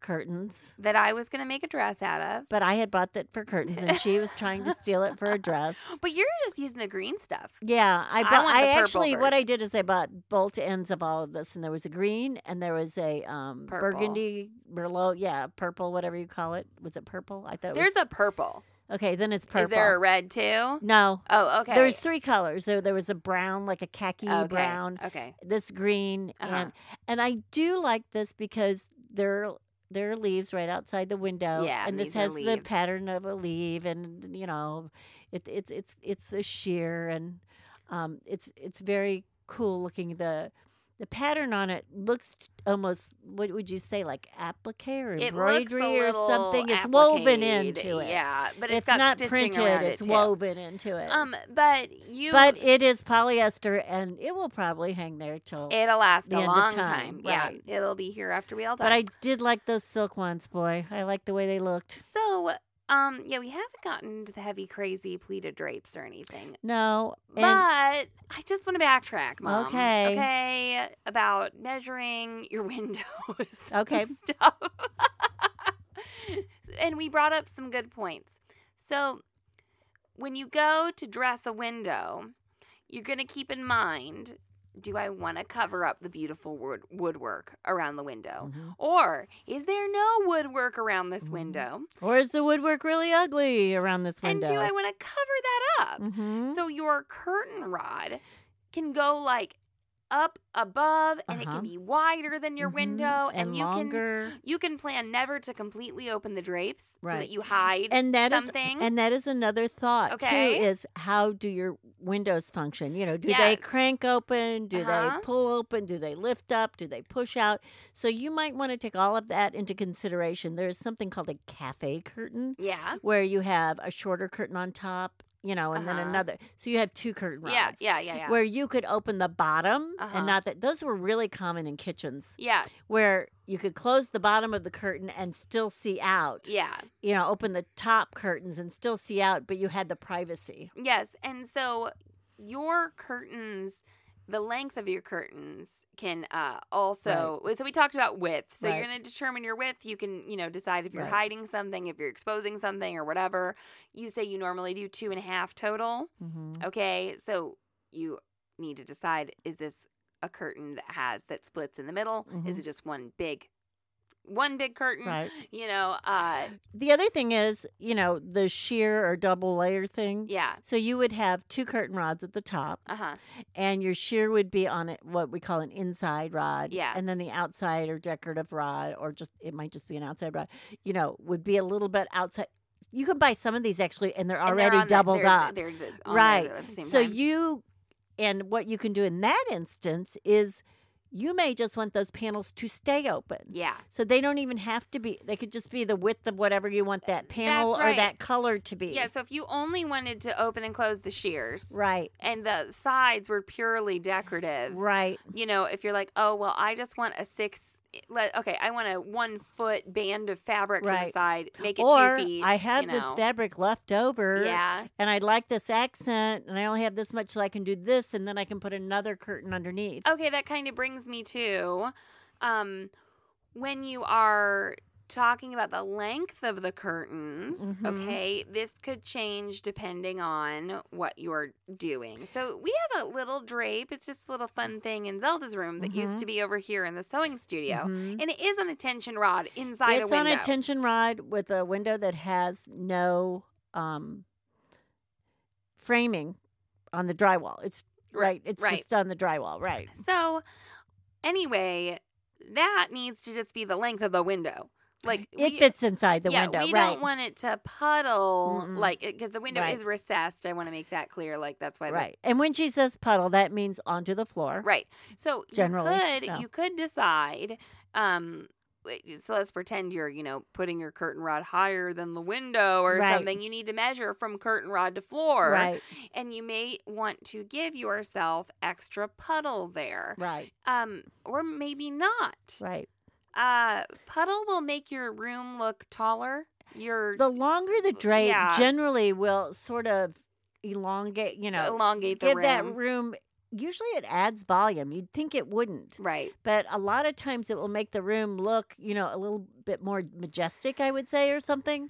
Speaker 3: curtains.
Speaker 1: That I was gonna make a dress out of.
Speaker 3: But I had bought that for curtains and she was trying to steal it for a dress.
Speaker 1: But you're just using the green stuff.
Speaker 3: Yeah, I
Speaker 1: I
Speaker 3: bought.
Speaker 1: want
Speaker 3: I,
Speaker 1: the purple
Speaker 3: actually, what
Speaker 1: version.
Speaker 3: I did is I bought both ends of all of this, and there was a green, and there was a um,
Speaker 1: Purple.
Speaker 3: burgundy, merlot, yeah, purple, whatever you call it. Was it purple? I thought it
Speaker 1: There's
Speaker 3: was.
Speaker 1: a purple.
Speaker 3: okay, then it's purple.
Speaker 1: Is there a red too?
Speaker 3: no?
Speaker 1: Oh, okay.
Speaker 3: There's three colors. There, there was a brown, like a khaki
Speaker 1: Oh, okay.
Speaker 3: brown,
Speaker 1: Okay.
Speaker 3: this green,
Speaker 1: Uh-huh.
Speaker 3: and and I do like this because they're there are leaves right outside the window.
Speaker 1: Yeah,
Speaker 3: and
Speaker 1: and
Speaker 3: this
Speaker 1: these are
Speaker 3: has the
Speaker 1: leaves.
Speaker 3: pattern of a leaf, and you know, it's it's it's it's a sheer, and um, it's it's very cool looking. The the pattern on it looks t- almost what would you say like applique or
Speaker 1: It looks a
Speaker 3: embroidery or
Speaker 1: little
Speaker 3: something. It's woven
Speaker 1: appliqued,
Speaker 3: into it.
Speaker 1: Yeah, but
Speaker 3: it's
Speaker 1: got
Speaker 3: not
Speaker 1: stitching
Speaker 3: printed.
Speaker 1: around
Speaker 3: It's
Speaker 1: it too.
Speaker 3: woven into it.
Speaker 1: Um, but you,
Speaker 3: but it is polyester, and it will probably hang there till.
Speaker 1: it'll last
Speaker 3: the
Speaker 1: a
Speaker 3: end of
Speaker 1: long
Speaker 3: time,
Speaker 1: time.
Speaker 3: right.
Speaker 1: Yeah, it'll be here after we all die.
Speaker 3: but I did like those silk ones, boy. I like the way they looked.
Speaker 1: so um, yeah, we haven't gotten to the heavy, crazy pleated drapes or anything.
Speaker 3: No,
Speaker 1: But
Speaker 3: and
Speaker 1: I just want to backtrack, Mom.
Speaker 3: Okay.
Speaker 1: Okay. About measuring your windows. and
Speaker 3: Okay.
Speaker 1: Stuff. and we brought up some good points. So when you go to dress a window, you're going to keep in mind do I want to cover up the beautiful wood- woodwork around the window?
Speaker 3: Mhm.
Speaker 1: Or is there no woodwork around this
Speaker 3: Mm-hmm.
Speaker 1: window?
Speaker 3: or is the woodwork really ugly around this window?
Speaker 1: And do I want to cover that up?
Speaker 3: Mhm.
Speaker 1: So your curtain rod can go like up above and it
Speaker 3: Uh-huh.
Speaker 1: can be wider than your
Speaker 3: Mhm.
Speaker 1: window Mm-hmm. and, you
Speaker 3: longer.
Speaker 1: can you can plan never to completely open the drapes so
Speaker 3: Right.
Speaker 1: that you hide
Speaker 3: and that is
Speaker 1: something.
Speaker 3: and that is another thought too
Speaker 1: Okay.
Speaker 3: is how do your windows function you know do they
Speaker 1: Yes.
Speaker 3: crank open do
Speaker 1: Uh-huh.
Speaker 3: they pull open do they lift up do they push out so you might want to take all of that into consideration there is something called a cafe curtain
Speaker 1: yeah.
Speaker 3: where you have a shorter curtain on top you know and then
Speaker 1: Uh-huh.
Speaker 3: another so you have two curtain rods
Speaker 1: Yeah, yeah, yeah, yeah.
Speaker 3: where you could open the bottom
Speaker 1: Uh-huh.
Speaker 3: and not that those were really common in kitchens
Speaker 1: yeah,
Speaker 3: where you could close the bottom of the curtain and still see out
Speaker 1: yeah.
Speaker 3: you know, open the top curtains and still see out, but you had the privacy.
Speaker 1: Yes. And so your curtains the length of your curtains can uh, also so we talked about width so you're
Speaker 3: Right.
Speaker 1: going to determine your width you can you know decide if you're
Speaker 3: Right.
Speaker 1: hiding something if you're exposing something or whatever you say you normally do two and a half total
Speaker 3: Mm-hmm.
Speaker 1: Okay, so you need to decide is this a curtain that has that splits in the middle? Is it just one big one big curtain?
Speaker 3: Mm-hmm. Right.
Speaker 1: You know, uh
Speaker 3: The other thing is, you know, the sheer or double layer thing.
Speaker 1: yeah.
Speaker 3: So you would have two curtain rods at the top,
Speaker 1: Uh-huh.
Speaker 3: and your sheer would be on it, what we call an inside rod.
Speaker 1: Yeah.
Speaker 3: And then the outside or decorative rod, or just it might just be an outside rod, you know, would be a little bit outside. You can buy some of these actually, and they're
Speaker 1: And they're
Speaker 3: already
Speaker 1: on the-
Speaker 3: doubled
Speaker 1: they're-
Speaker 3: up.
Speaker 1: They're, the- on the-
Speaker 3: Right.
Speaker 1: at the same
Speaker 3: so
Speaker 1: time.
Speaker 3: you and what you can do in that instance is you may just want those panels to stay open.
Speaker 1: Yeah.
Speaker 3: So they don't even have to be. They could just be the width of whatever you want that panel or
Speaker 1: right.
Speaker 3: that color to be.
Speaker 1: Yeah, so if you only wanted to open and close the shears.
Speaker 3: Right.
Speaker 1: And the sides were purely decorative.
Speaker 3: Right.
Speaker 1: you know, if you're like, oh, well, I just want a six, let, okay, I want a one foot band of fabric to
Speaker 3: Right.
Speaker 1: the side, make it
Speaker 3: or
Speaker 1: two feet.
Speaker 3: I have
Speaker 1: you
Speaker 3: this
Speaker 1: know.
Speaker 3: fabric left over.
Speaker 1: Yeah.
Speaker 3: And I like this accent, and I only have this much, so I can do this, and then I can put another curtain underneath.
Speaker 1: Okay, that kind of brings me to um, when you are talking about the length of the curtains,
Speaker 3: Mhm.
Speaker 1: okay, this could change depending on what you're doing. So we have a little drape, it's just a little fun thing in Zelda's room that used
Speaker 3: Mhm.
Speaker 1: to be over here in the sewing studio.
Speaker 3: Mhm.
Speaker 1: And it is on a tension rod inside a
Speaker 3: it's on
Speaker 1: window.
Speaker 3: a tension rod with a window that has no um, framing on the drywall. It's
Speaker 1: Right,
Speaker 3: right. It's
Speaker 1: right.
Speaker 3: just on the drywall. Right.
Speaker 1: So, anyway, that needs to just be the length of the window. Like
Speaker 3: if it's inside the
Speaker 1: yeah,
Speaker 3: window.
Speaker 1: we
Speaker 3: right.
Speaker 1: don't want it to puddle
Speaker 3: Mm-mm.
Speaker 1: like because the window
Speaker 3: Right.
Speaker 1: is recessed. I want to make that clear. Like that's why. the-
Speaker 3: Right. And when she says puddle, that means onto the floor.
Speaker 1: right. So
Speaker 3: Generally,
Speaker 1: you could
Speaker 3: yeah.
Speaker 1: you could decide. Um, wait, so let's pretend you're you know putting your curtain rod higher than the window or
Speaker 3: Right.
Speaker 1: something. You need to measure from curtain rod to floor,
Speaker 3: Right.
Speaker 1: and you may want to give yourself extra puddle there,
Speaker 3: Right.
Speaker 1: um, or maybe not.
Speaker 3: Right.
Speaker 1: Uh, puddle will make your room look taller. Your
Speaker 3: The longer the drape
Speaker 1: Uh, Yeah.
Speaker 3: generally will sort of elongate, you know,
Speaker 1: elongate the
Speaker 3: give
Speaker 1: room.
Speaker 3: that room. Usually it adds volume. You'd think it wouldn't.
Speaker 1: right.
Speaker 3: But a lot of times it will make the room look, you know, a little bit more majestic, I would say, or something.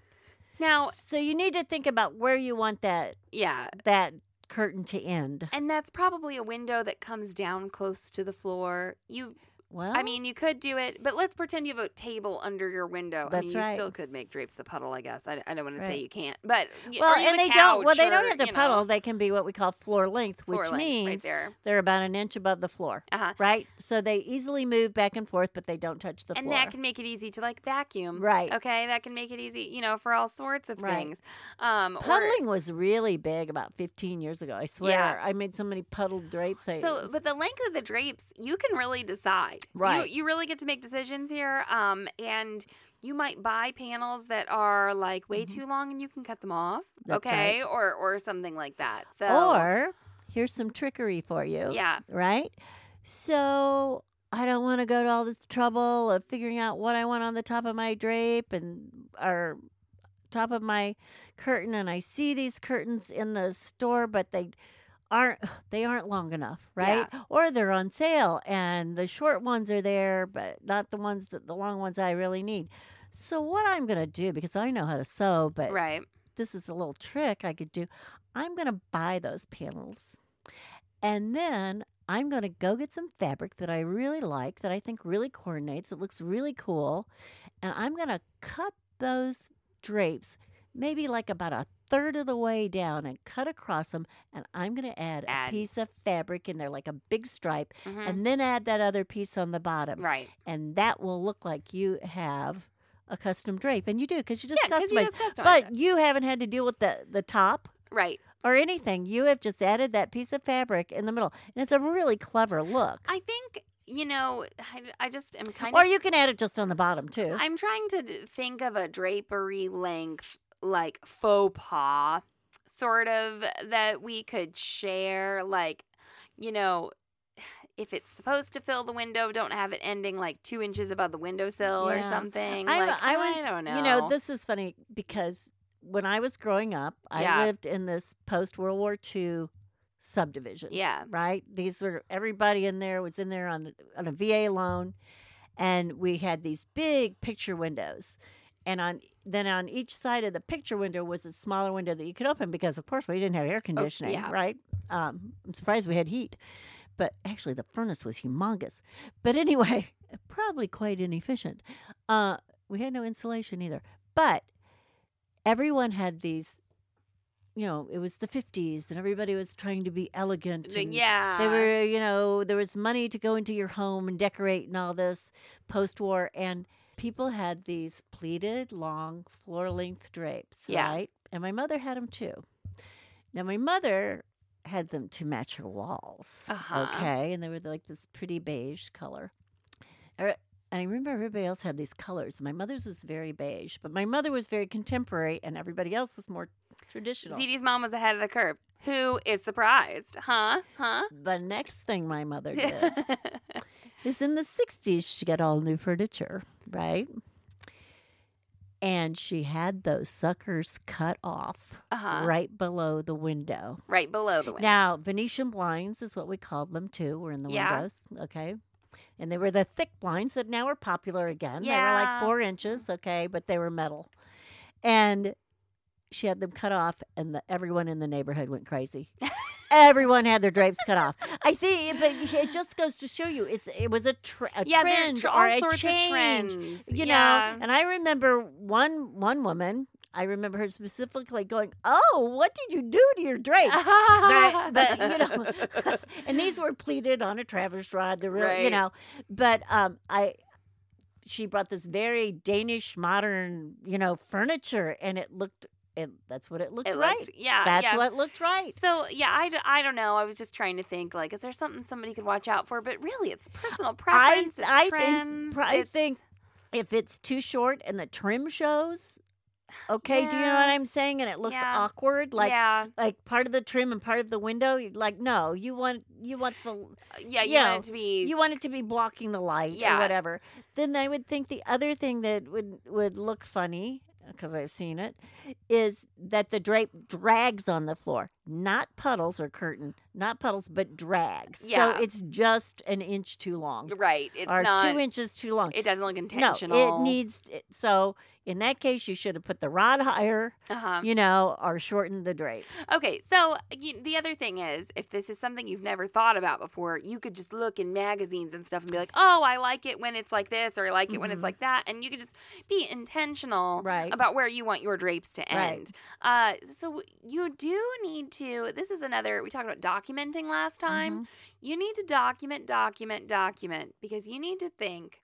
Speaker 1: Now,
Speaker 3: So you need to think about where you want that
Speaker 1: yeah.
Speaker 3: that curtain to end.
Speaker 1: And that's probably a window that comes down close to the floor. You
Speaker 4: Well,
Speaker 3: Oh.
Speaker 1: I mean, you could do it, but let's pretend you have a table under your window. I
Speaker 4: That's
Speaker 1: mean, you
Speaker 4: right.
Speaker 1: still could make drapes the puddle, I guess. I, I don't want to say
Speaker 4: Right.
Speaker 1: you can't, but y- or
Speaker 3: Well,
Speaker 1: you have
Speaker 3: and
Speaker 1: a
Speaker 3: they
Speaker 1: couch
Speaker 3: don't. Well, they don't
Speaker 1: or,
Speaker 3: have to
Speaker 1: you know,
Speaker 3: puddle. They can be what we call floor length,
Speaker 1: floor
Speaker 3: which
Speaker 1: length
Speaker 3: means
Speaker 1: right there.
Speaker 3: they're about an inch above the floor,
Speaker 1: Uh-huh.
Speaker 3: right? So they easily move back and forth, but they don't touch the
Speaker 1: and
Speaker 3: floor.
Speaker 1: that can make it easy to like vacuum.
Speaker 3: Right.
Speaker 1: Okay, that can make it easy, you know, for all sorts of
Speaker 3: Right.
Speaker 1: things. Um, or-
Speaker 3: Puddling was really big about 15 years ago. I swear, I made so many puddled drapes. I,
Speaker 1: So, but the length of the drapes, you can really decide. You-
Speaker 3: Right.
Speaker 1: You, really get to make decisions here. Um, and you might buy panels that are like way too long, and you can cut them off.
Speaker 3: Mm-hmm. That's
Speaker 1: okay, or or something like that. So,
Speaker 3: or here's some trickery for you.
Speaker 1: yeah,
Speaker 3: right? So I don't want to go to all this trouble of figuring out what I want on the top of my drape and or top of my curtain and I see these curtains in the store but they aren't they aren't long enough, right? Or they're on sale and the short ones are there but not the ones that the long ones I really need. So what I'm going to do because I know how to sew but
Speaker 1: right.
Speaker 3: this is a little trick I could do. I'm going to buy those panels. And then I'm going to go get some fabric that I really like, that I think really coordinates. It looks really cool. And I'm going to cut those drapes, maybe like about a third of the way down, and cut across them. And I'm going to add,
Speaker 1: Add.
Speaker 3: a piece of fabric in there, like a big stripe,
Speaker 1: mhm,
Speaker 3: and then add that other piece on the bottom.
Speaker 1: Mm-hmm. Right.
Speaker 3: And that will look like you have a custom drape. And you do because you just
Speaker 1: Yeah, because you
Speaker 3: customized
Speaker 1: just customized
Speaker 3: but
Speaker 1: it.
Speaker 3: you haven't had to deal with the the top
Speaker 1: right.
Speaker 3: or anything. You have just added that piece of fabric in the middle, and it's a really clever look.
Speaker 1: I think you know. I, I just am kind
Speaker 3: or
Speaker 1: of.
Speaker 3: you can add it just on the bottom too.
Speaker 1: I'm trying to d- think of a drapery length like faux pas sort of that we could share like you know if it's supposed to fill the window don't have it ending like two inches above the windowsill or
Speaker 3: Yeah.
Speaker 1: something
Speaker 3: I-
Speaker 1: like
Speaker 3: I was-
Speaker 1: don't know
Speaker 3: You know, this is funny because when I was growing up, I
Speaker 1: Yeah.
Speaker 3: lived in this post World War II subdivision.
Speaker 1: yeah
Speaker 3: right? These were everybody in there was in there on on a VA loan, and we had these big picture windows, and on then on each side of the picture window was a smaller window that you could open because of course we didn't have air conditioning,
Speaker 1: Oh, yeah.
Speaker 3: right? Um, I'm surprised we had heat, but actually the furnace was humongous. But anyway, probably quite inefficient. Uh, we had no insulation either, but everyone had these. You know, it was the 50s and everybody was trying to be elegant.
Speaker 1: The-
Speaker 3: and
Speaker 1: yeah
Speaker 3: they were, you know, there was money to go into your home and decorate and all this post war. And people had these pleated, long, floor length drapes,
Speaker 1: Yeah.
Speaker 3: right? And my mother had them too. Now, my mother had them to match her walls.
Speaker 1: Uh-huh.
Speaker 3: Okay. And they were like this pretty beige color. Er, I remember everybody else had these colors. My mother's was very beige, but my mother was very contemporary, and everybody else was more traditional.
Speaker 1: ZD's mom was ahead of the curve who is surprised huh huh
Speaker 3: the next thing my mother did is in the 60s she got all new furniture right and she had those suckers cut off
Speaker 1: Uh-huh.
Speaker 3: right below the window
Speaker 1: right below the window
Speaker 3: now venetian blinds is what we called them too were in the
Speaker 1: Yeah.
Speaker 3: windows okay and they were the thick blinds that now are popular again they were
Speaker 1: Yeah.
Speaker 3: like four inches okay but they were metal and she had them cut off and the, everyone in the neighborhood went crazy everyone had their drapes cut off i think but it just goes to show you it's it was a, tr- a
Speaker 1: yeah there are
Speaker 3: trend
Speaker 1: tr-
Speaker 3: or
Speaker 1: all
Speaker 3: a
Speaker 1: sorts
Speaker 3: change
Speaker 1: of trends
Speaker 3: you
Speaker 1: yeah.
Speaker 3: know and i remember one one woman i remember her specifically going oh what did you do to your drapes but, but you know, and these were pleated on a Travis rod. The real, you
Speaker 1: Right.
Speaker 3: know, but um, I, she brought this very Danish modern, you know, furniture, and it looked, it that's what it looked
Speaker 1: it
Speaker 3: right.
Speaker 1: looked yeah
Speaker 3: that's
Speaker 1: yeah.
Speaker 3: what looked right.
Speaker 1: So yeah, I, d- I don't know. I was just trying to think like, is there something somebody could watch out for? But really, it's personal preference. it's
Speaker 3: I think-
Speaker 1: trends,
Speaker 3: I
Speaker 1: it's-
Speaker 3: think If it's too short and the trim shows, okay, do you know what
Speaker 1: Yeah.
Speaker 3: I'm saying? And it looks
Speaker 1: Yeah.
Speaker 3: awkward, like.
Speaker 1: yeah,
Speaker 3: Like part of the trim and part of the window, you- like no, you want you want the
Speaker 1: yeah, you
Speaker 3: you
Speaker 1: want
Speaker 3: know,
Speaker 1: it to be
Speaker 3: you want it to be blocking the light
Speaker 1: Yeah.
Speaker 3: or whatever then i would think the other thing that would would look funny because i've seen it is that the drape drags on the floor not puddles or curtain, not puddles, but drags.
Speaker 1: Yeah.
Speaker 3: So it's just an inch too long.
Speaker 1: Right. It's
Speaker 3: or
Speaker 1: not.
Speaker 3: two inches too long.
Speaker 1: it doesn't look
Speaker 3: no,
Speaker 1: intentional.
Speaker 3: it needs it- so in that case you should have put the rod higher,
Speaker 1: Uh-huh.
Speaker 3: you know, or shortened the drape.
Speaker 1: Okay, so you, the other thing is, if this is something you've never thought about before, you could just look in magazines and stuff and be like, "Oh, I like it when it's like this, or I like it when it's
Speaker 3: Mhm.
Speaker 1: like that," and you could just be intentional
Speaker 3: Right.
Speaker 1: about where you want your drapes to
Speaker 3: Right.
Speaker 1: end. Uh, so you do need to. This is another. We talked about documenting last time.
Speaker 3: Mhm.
Speaker 1: You need to document, document, document because you need to think.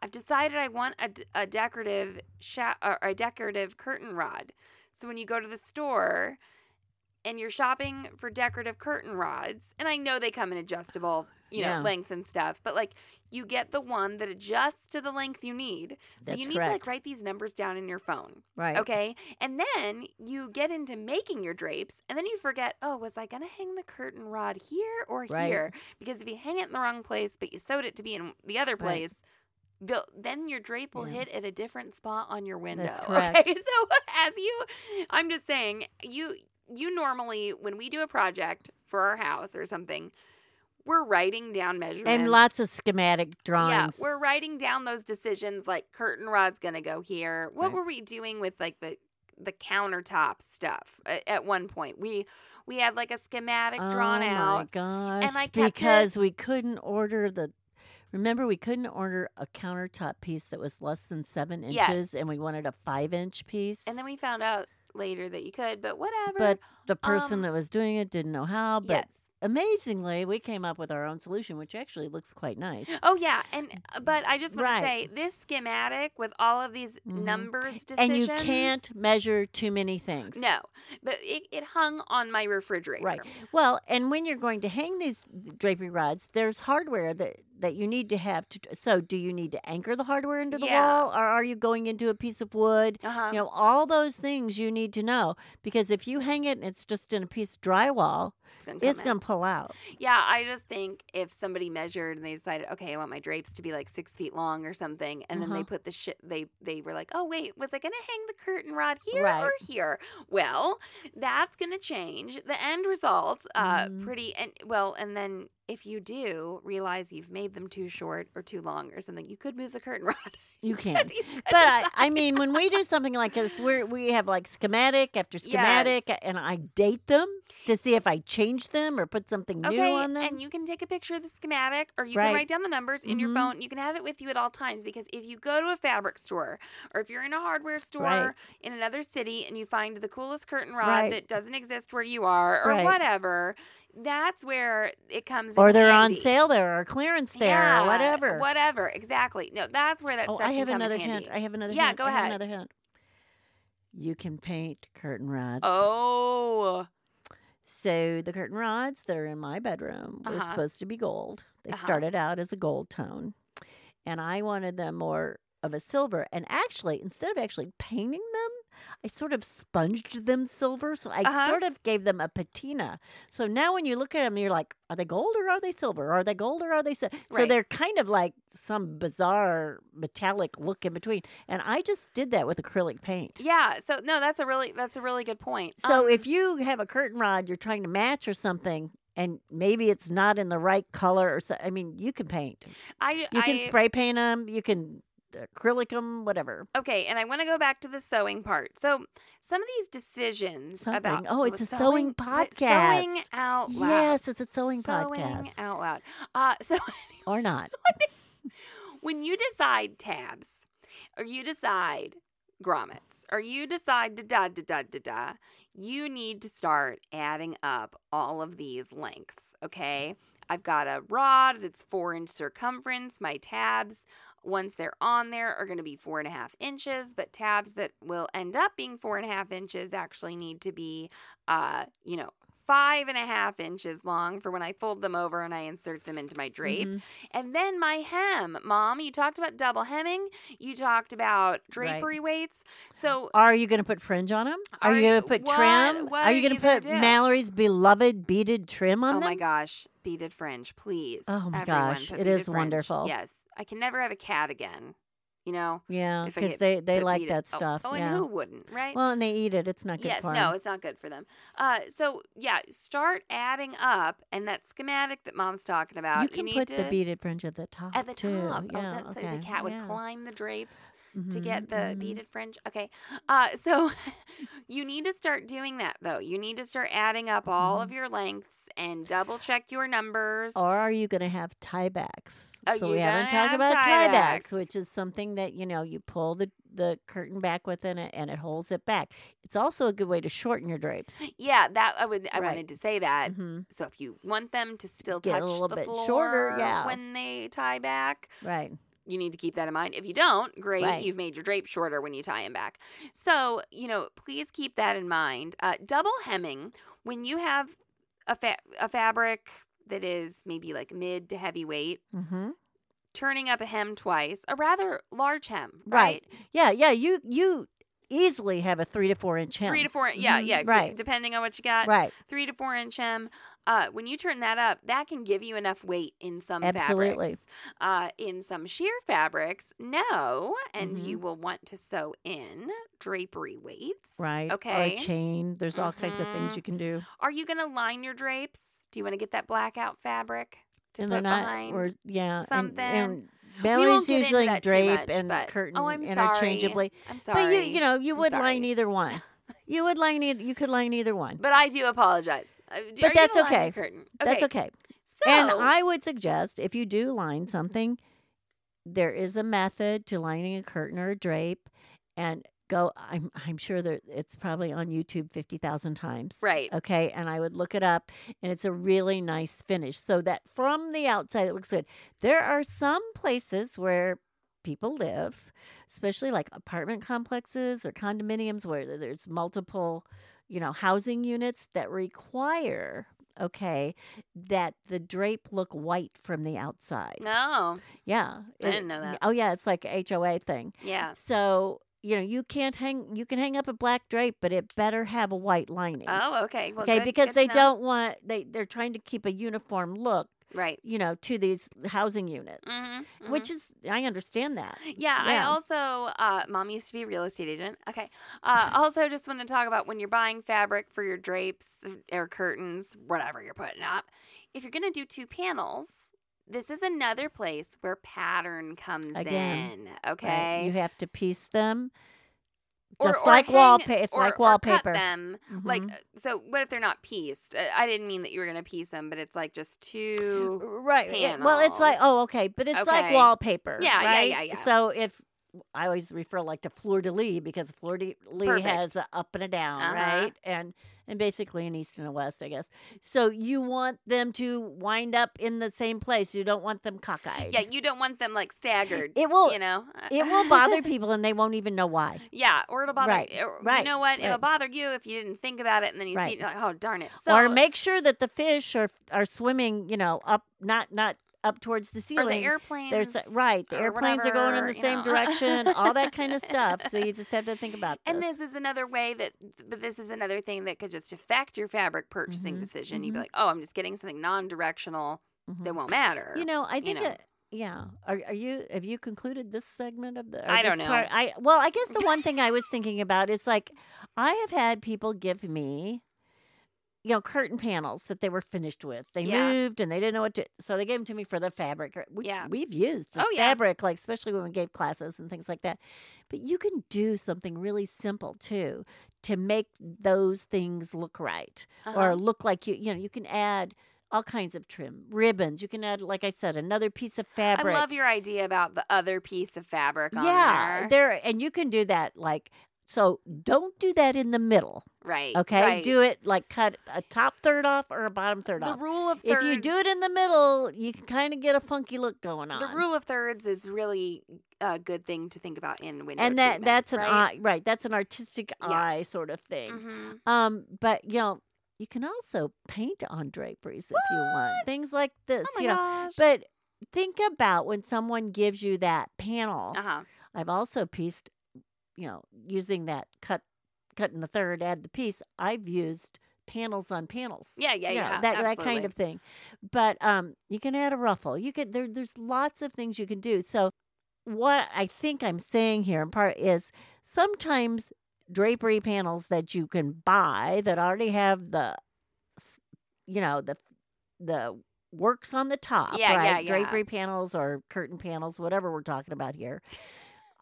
Speaker 1: I've decided I want a, d- a decorative sha- or a decorative curtain rod. So when you go to the store and you're shopping for decorative curtain rods, and I know they come in adjustable, you know,
Speaker 3: Yeah.
Speaker 1: lengths and stuff, but like you get the one that adjusts to the length you need. So
Speaker 3: That's
Speaker 1: you need
Speaker 3: correct.
Speaker 1: to like write these numbers down in your phone.
Speaker 3: right.
Speaker 1: Okay. And then you get into making your drapes, and then you forget, oh, was I going to hang the curtain rod here or
Speaker 3: Right.
Speaker 1: here? Because if you hang it in the wrong place, but you sewed it to be in the other
Speaker 3: Right.
Speaker 1: place, the, then your drape will hit at a different spot on your window.
Speaker 3: That's correct.
Speaker 1: Okay. So, as you, I'm just saying, you, you normally, when we do a project for our house or something, we're writing down measurements.
Speaker 3: And lots of schematic drawings.
Speaker 1: Yeah, we're writing down those decisions like curtain rod's gonna go here. What
Speaker 3: Right.
Speaker 1: were we doing with like the the countertop stuff at, at one point? We we had like a schematic drawn
Speaker 3: oh
Speaker 1: out.
Speaker 3: My gosh,
Speaker 1: I kept it-
Speaker 3: because we couldn't order the. Remember, we couldn't order a countertop piece that was less than seven
Speaker 1: Yes.
Speaker 3: inches, and we wanted a five-inch piece.
Speaker 1: And then we found out later that you could, but whatever.
Speaker 3: but the person
Speaker 1: um,
Speaker 3: that was doing it didn't know how. But
Speaker 1: yes.
Speaker 3: amazingly, we came up with our own solution, which actually looks quite nice.
Speaker 1: Oh yeah, and but I just want
Speaker 3: Right.
Speaker 1: to say this schematic with all of these
Speaker 3: Mhm.
Speaker 1: numbers decisions.
Speaker 3: And you can't measure too many things.
Speaker 1: No, but it, it hung on my refrigerator.
Speaker 3: Right. Well, and when you're going to hang these drapery rods, there's hardware that that you need to have to. So, do you need to anchor the hardware into the
Speaker 1: Yeah.
Speaker 3: wall, or are you going into a piece of wood?
Speaker 1: Uh huh.
Speaker 3: You know, all those things you need to know because if you hang it and it's just in a piece of drywall,
Speaker 1: it's gonna. come
Speaker 3: it's
Speaker 1: in.
Speaker 3: going to pull out.
Speaker 1: Yeah, I just think if somebody measured and they decided, okay, I want my drapes to be like six feet long or something, and then they
Speaker 3: Uh-huh.
Speaker 1: put the shit, they they were like, oh wait, was I gonna hang the curtain rod here
Speaker 3: Right.
Speaker 1: or here? Well, that's gonna change the end result. Uh,
Speaker 3: Mhm.
Speaker 1: pretty and well, and then if you do realize you've made them too short or too long or something, you could move the curtain rod.
Speaker 3: You can.
Speaker 1: You could
Speaker 3: But I,
Speaker 1: decide-
Speaker 3: I mean, when we do something like this, we we have like schematic after schematic, and I date them to see if I change them or put something new
Speaker 1: Okay,
Speaker 3: on them.
Speaker 1: and you can take a picture of the schematic, or you
Speaker 3: Right.
Speaker 1: can write down the numbers in your
Speaker 3: Mhm.
Speaker 1: phone. You can have it with you at all times because if you go to a fabric store, or if you're in a hardware store
Speaker 3: Right.
Speaker 1: in another city and you find the coolest curtain rod
Speaker 3: Right.
Speaker 1: that doesn't exist where you are, or
Speaker 3: Right.
Speaker 1: whatever, that's where it comes. in
Speaker 3: or they're on
Speaker 1: handy.
Speaker 3: sale there, or clearance there,
Speaker 1: Yeah,
Speaker 3: or whatever.
Speaker 1: Whatever, exactly. No, that's where that
Speaker 3: oh,
Speaker 1: stuff
Speaker 3: I have
Speaker 1: can come in
Speaker 3: another hint.
Speaker 1: handy.
Speaker 3: I have another.
Speaker 1: Yeah,
Speaker 3: hint.
Speaker 1: go
Speaker 3: I have
Speaker 1: ahead.
Speaker 3: another hint. You can paint curtain rods.
Speaker 1: Oh,
Speaker 3: So the curtain rods that are in my bedroom were
Speaker 1: Uh-huh.
Speaker 3: supposed to be gold. They
Speaker 1: Uh-huh.
Speaker 3: started out as a gold tone, and I wanted them more of a silver. And actually, instead of actually painting them, I sort of sponged them silver. So I
Speaker 1: Uh-huh.
Speaker 3: sort of gave them a patina. So now when you look at them, you're like, are they gold or are they silver? Are they gold or are they silver? So
Speaker 1: Right.
Speaker 3: they're kind of like some bizarre metallic look in between. And I just did that with acrylic paint.
Speaker 1: yeah. So no, that's a really that's a really good point.
Speaker 3: So
Speaker 1: Um,
Speaker 3: if you have a curtain rod you're trying to match or something, and maybe it's not in the right color or so, I mean, you can paint.
Speaker 1: I
Speaker 3: You can
Speaker 1: I-
Speaker 3: spray paint them. You can acrylic them, whatever.
Speaker 1: Okay, and I want to go back to the sewing part. So some of these decisions about
Speaker 3: Something. Oh, it's
Speaker 1: with
Speaker 3: a sewing
Speaker 1: but Sewing
Speaker 3: podcast.
Speaker 1: out loud.
Speaker 3: Yes, it's a sewing, podcast
Speaker 1: out loud. Uh, so
Speaker 3: or not.
Speaker 1: when you decide tabs, or you decide grommets, or you decide da da da da da da, you need to start adding up all of these lengths. Okay, I've got a rod that's four inch circumference. My tabs, once they're on there, are going to be four and a half inches. But tabs that will end up being four and a half inches actually need to be, uh, you know. Five and a half inches long for when I fold them over and I insert them into my drape.
Speaker 3: Mhm.
Speaker 1: And then my hem, mom, you talked about double hemming. You talked about drapery weights. So
Speaker 3: Are you going to put fringe on them? Are,
Speaker 1: Are
Speaker 3: you going
Speaker 1: you-
Speaker 3: to put
Speaker 1: what-
Speaker 3: trim?
Speaker 1: what
Speaker 3: are
Speaker 1: are
Speaker 3: you going
Speaker 1: you
Speaker 3: to
Speaker 1: gonna
Speaker 3: put
Speaker 1: do?
Speaker 3: Mallory's beloved beaded trim on
Speaker 1: Oh
Speaker 3: them?
Speaker 1: my gosh, beaded fringe, please.
Speaker 3: Oh my
Speaker 1: Everyone
Speaker 3: gosh,
Speaker 1: put
Speaker 3: it
Speaker 1: beaded
Speaker 3: is
Speaker 1: fringe.
Speaker 3: wonderful.
Speaker 1: Yes. I can never have a cat again. you know?
Speaker 3: Yeah,
Speaker 1: If I
Speaker 3: because
Speaker 1: get
Speaker 3: they they
Speaker 1: put
Speaker 3: like
Speaker 1: meat in-
Speaker 3: that
Speaker 1: oh,
Speaker 3: stuff.
Speaker 1: Oh,
Speaker 3: yeah.
Speaker 1: and who wouldn't, right?
Speaker 3: well, and they eat it. It's not good
Speaker 1: yes,
Speaker 3: for
Speaker 1: no,
Speaker 3: 'em.
Speaker 1: it's not good for them. Uh, so yeah, start adding up, and that schematic that mom's talking about.
Speaker 3: you can
Speaker 1: uh, need
Speaker 3: put
Speaker 1: to,
Speaker 3: the beaded fringe at the top
Speaker 1: at the
Speaker 3: too.
Speaker 1: top.
Speaker 3: Yeah,
Speaker 1: oh, that's
Speaker 3: okay.
Speaker 1: so the cat would
Speaker 3: yeah.
Speaker 1: climb the drapes to
Speaker 3: Mhm,
Speaker 1: get the
Speaker 3: mhm.
Speaker 1: beaded fringe. Okay. Uh, so you need to start doing that though. You need to start adding up all
Speaker 3: Mm-hmm.
Speaker 1: of your lengths and double check your numbers.
Speaker 3: Or are you going to have tiebacks?
Speaker 1: Oh,
Speaker 3: so
Speaker 1: you
Speaker 3: we haven't
Speaker 1: gonna
Speaker 3: talked
Speaker 1: have
Speaker 3: about tiebacks,
Speaker 1: tiebacks.
Speaker 3: which is something that you know you pull the the curtain back within it and it holds it back. It's also a good way to shorten your drapes.
Speaker 1: yeah, that I would. I
Speaker 3: Right.
Speaker 1: wanted to say that.
Speaker 3: hmm
Speaker 1: So if you want them to still
Speaker 3: Get a
Speaker 1: touch
Speaker 3: little
Speaker 1: the
Speaker 3: bit
Speaker 1: floor
Speaker 3: shorter, yeah.
Speaker 1: when they tie back,
Speaker 3: Right.
Speaker 1: you need to keep that in mind. If you don't, great,
Speaker 3: Right.
Speaker 1: you've made your drape shorter when you tie them back. So, you know, please keep that in mind. Uh, double hemming, when you have a, fa- a fabric that is maybe like mid to heavy weight,
Speaker 3: Mm-hmm.
Speaker 1: turning up a hem twice, a rather large hem,
Speaker 3: Right.
Speaker 1: right?
Speaker 3: Yeah. Yeah. You you easily have a three to four inch hem.
Speaker 1: Three to four, uh, yeah,
Speaker 3: Mhm,
Speaker 1: yeah, d-
Speaker 3: right.
Speaker 1: Depending on what you got,
Speaker 3: Right.
Speaker 1: three to four inch hem. Uh, when you turn that up, that can give you enough weight in some
Speaker 3: Absolutely.
Speaker 1: fabrics. Uh, in some sheer fabrics, no, and
Speaker 3: Mhm.
Speaker 1: you will want to sew in drapery weights.
Speaker 3: Right. Or a
Speaker 1: Okay.
Speaker 3: chain. There's all kinds of things
Speaker 1: Mhm.
Speaker 3: you can do.
Speaker 1: Are you going to line your drapes? Do you want to get that blackout fabric to
Speaker 3: and
Speaker 1: put
Speaker 3: they're not
Speaker 1: behind?
Speaker 3: or yeah.
Speaker 1: something.
Speaker 3: And, and
Speaker 1: We won't
Speaker 3: Mallory's
Speaker 1: get into
Speaker 3: usually
Speaker 1: that too
Speaker 3: drape
Speaker 1: much,
Speaker 3: and
Speaker 1: but-
Speaker 3: curtain
Speaker 1: oh, I'm
Speaker 3: interchangeably.
Speaker 1: Sorry. I'm sorry.
Speaker 3: But you you know, you
Speaker 1: I'm
Speaker 3: would line
Speaker 1: sorry.
Speaker 3: either one. You would line either you could line either one.
Speaker 1: But I do apologize. Uh, do-
Speaker 3: But
Speaker 1: are you
Speaker 3: that's
Speaker 1: gonna line your
Speaker 3: okay.
Speaker 1: Curtain?
Speaker 3: That's okay.
Speaker 1: So,
Speaker 3: and I would suggest if you do line something, there is a method to lining a curtain or a drape, and go. I'm I'm sure that it's probably on YouTube fifty thousand times.
Speaker 1: Right.
Speaker 3: Okay. And I would look it up, and it's a really nice finish, so that from the outside it looks good. There are some places where people live, especially like apartment complexes or condominiums where there's multiple, you know, housing units that require. Okay, that the drape look white from the outside.
Speaker 1: no,
Speaker 3: Yeah.
Speaker 1: I didn't know that.
Speaker 3: Oh yeah, it's like a HOA thing.
Speaker 1: yeah.
Speaker 3: So, you know, you can't hang you can hang up a black drape, but it better have a white lining.
Speaker 1: Oh, okay. Well,
Speaker 3: okay,
Speaker 1: good-
Speaker 3: because
Speaker 1: good to
Speaker 3: they
Speaker 1: know.
Speaker 3: don't want they they're trying to keep a uniform look,
Speaker 1: Right.
Speaker 3: you know, to these housing units.
Speaker 1: Mhm, mhm.
Speaker 3: Which is I understand that.
Speaker 1: mm-hmm. Yeah, I
Speaker 3: Yeah.
Speaker 1: also, uh, mom used to be a real estate agent. Okay. Uh, also, just want to talk about when you're buying fabric for your drapes uh, or curtains, whatever you're putting up. If you're going to do two panels, this is another place where pattern comes
Speaker 3: Again,
Speaker 1: in.
Speaker 3: right?
Speaker 1: Okay.
Speaker 3: You have to piece them
Speaker 1: Or-
Speaker 3: just
Speaker 1: or
Speaker 3: like
Speaker 1: hang-
Speaker 3: wallpaper. It's
Speaker 1: or- or
Speaker 3: like
Speaker 1: cut
Speaker 3: wallpaper.
Speaker 1: them. Like,
Speaker 3: Mhm.
Speaker 1: uh, so what if they're not pieced? Uh, I didn't mean that you were going to piece them, but it's like just two.
Speaker 3: right it- well it's like
Speaker 1: panels.
Speaker 3: oh okay but it's like
Speaker 1: Okay.
Speaker 3: wallpaper
Speaker 1: Yeah, yeah,
Speaker 3: right?
Speaker 1: yeah, yeah.
Speaker 3: so if i always refer like to fleur-de-lis because fleur-de-lis
Speaker 1: Perfect.
Speaker 3: has a up and a down
Speaker 1: Uh-huh.
Speaker 3: right and and basically an east and a west i guess so you want them to wind up in the same place you don't want them cockeyed
Speaker 1: Yeah, you don't want them like staggered.
Speaker 3: It will-
Speaker 1: you know, uh,
Speaker 3: it will bother people and they won't even know why
Speaker 1: Yeah, or it'll bother.
Speaker 3: Right,
Speaker 1: or-
Speaker 3: right,
Speaker 1: You know what? It'll
Speaker 3: right.
Speaker 1: bother you if you didn't think about it, and then you
Speaker 3: Right.
Speaker 1: see it, you're like, oh darn it.
Speaker 3: or make sure that the fish are are swimming you know up not not up towards the
Speaker 1: or
Speaker 3: ceiling
Speaker 1: the airplanes.
Speaker 3: There's right. The
Speaker 1: or
Speaker 3: airplanes are going in
Speaker 1: whatever,
Speaker 3: the
Speaker 1: you
Speaker 3: same
Speaker 1: know.
Speaker 3: direction. all that kind of stuff. So you just have to think about
Speaker 1: And
Speaker 3: this.
Speaker 1: this is another way that, but this is another thing that could just affect your fabric purchasing
Speaker 3: Mhm,
Speaker 1: decision. You'd be
Speaker 3: mhm.
Speaker 1: like, oh, I'm just getting something non-directional that
Speaker 3: Mhm.
Speaker 1: won't matter.
Speaker 3: You know, I
Speaker 1: you
Speaker 3: think.
Speaker 1: know.
Speaker 3: it- yeah. Are, are you? Have you concluded this segment of the? or
Speaker 1: I don't
Speaker 3: this
Speaker 1: know.
Speaker 3: Part? I well, I guess the one thing I was thinking about is like, I have had people give me, you know, curtain panels that they were finished with. They
Speaker 1: Yeah.
Speaker 3: moved and they didn't know what to, so they gave them to me for the fabric, or- which
Speaker 1: Yeah.
Speaker 3: we've used. as
Speaker 1: Oh, yeah.
Speaker 3: fabric, like especially when we gave classes and things like that. But you can do something really simple too to make those things look right or
Speaker 1: Uh-huh.
Speaker 3: look like you you know you can add all kinds of trim ribbons you can add like i said another piece of
Speaker 1: I
Speaker 3: fabric
Speaker 1: love your idea about the other piece of fabric on
Speaker 3: yeah
Speaker 1: there.
Speaker 3: and you can do that like so don't do that in the middle
Speaker 1: Right.
Speaker 3: okay
Speaker 1: Right.
Speaker 3: do it like cut a top third off or a bottom third
Speaker 1: the
Speaker 3: off
Speaker 1: rule of
Speaker 3: if you do it
Speaker 1: thirds-
Speaker 3: in the middle you can kind of get a funky look going on
Speaker 1: The rule of thirds is really a good thing to think about in window
Speaker 3: and that
Speaker 1: treatment,
Speaker 3: that's an
Speaker 1: right?
Speaker 3: eye right that's an artistic
Speaker 1: Yeah.
Speaker 3: eye sort of thing
Speaker 1: Mhm.
Speaker 3: Um, but you know, you can also paint on draperies if you want.
Speaker 1: What?
Speaker 3: Things like this,
Speaker 1: Oh my
Speaker 3: you know.
Speaker 1: gosh!
Speaker 3: But think about when someone gives you that panel.
Speaker 1: uh huh.
Speaker 3: I've also pieced, you know, using that cut cut in the third, add the piece, I've used panels on panels.
Speaker 1: Yeah, yeah,
Speaker 3: you know,
Speaker 1: yeah.
Speaker 3: that that
Speaker 1: absolutely.
Speaker 3: kind of thing. But um you can add a ruffle. You could there there's lots of things you can do. So what I think I'm saying here in part is sometimes drapery panels that you can buy that already have the s- you know the the works on the top
Speaker 1: Yeah, yeah,
Speaker 3: right
Speaker 1: yeah.
Speaker 3: drapery panels or curtain panels whatever we're talking about here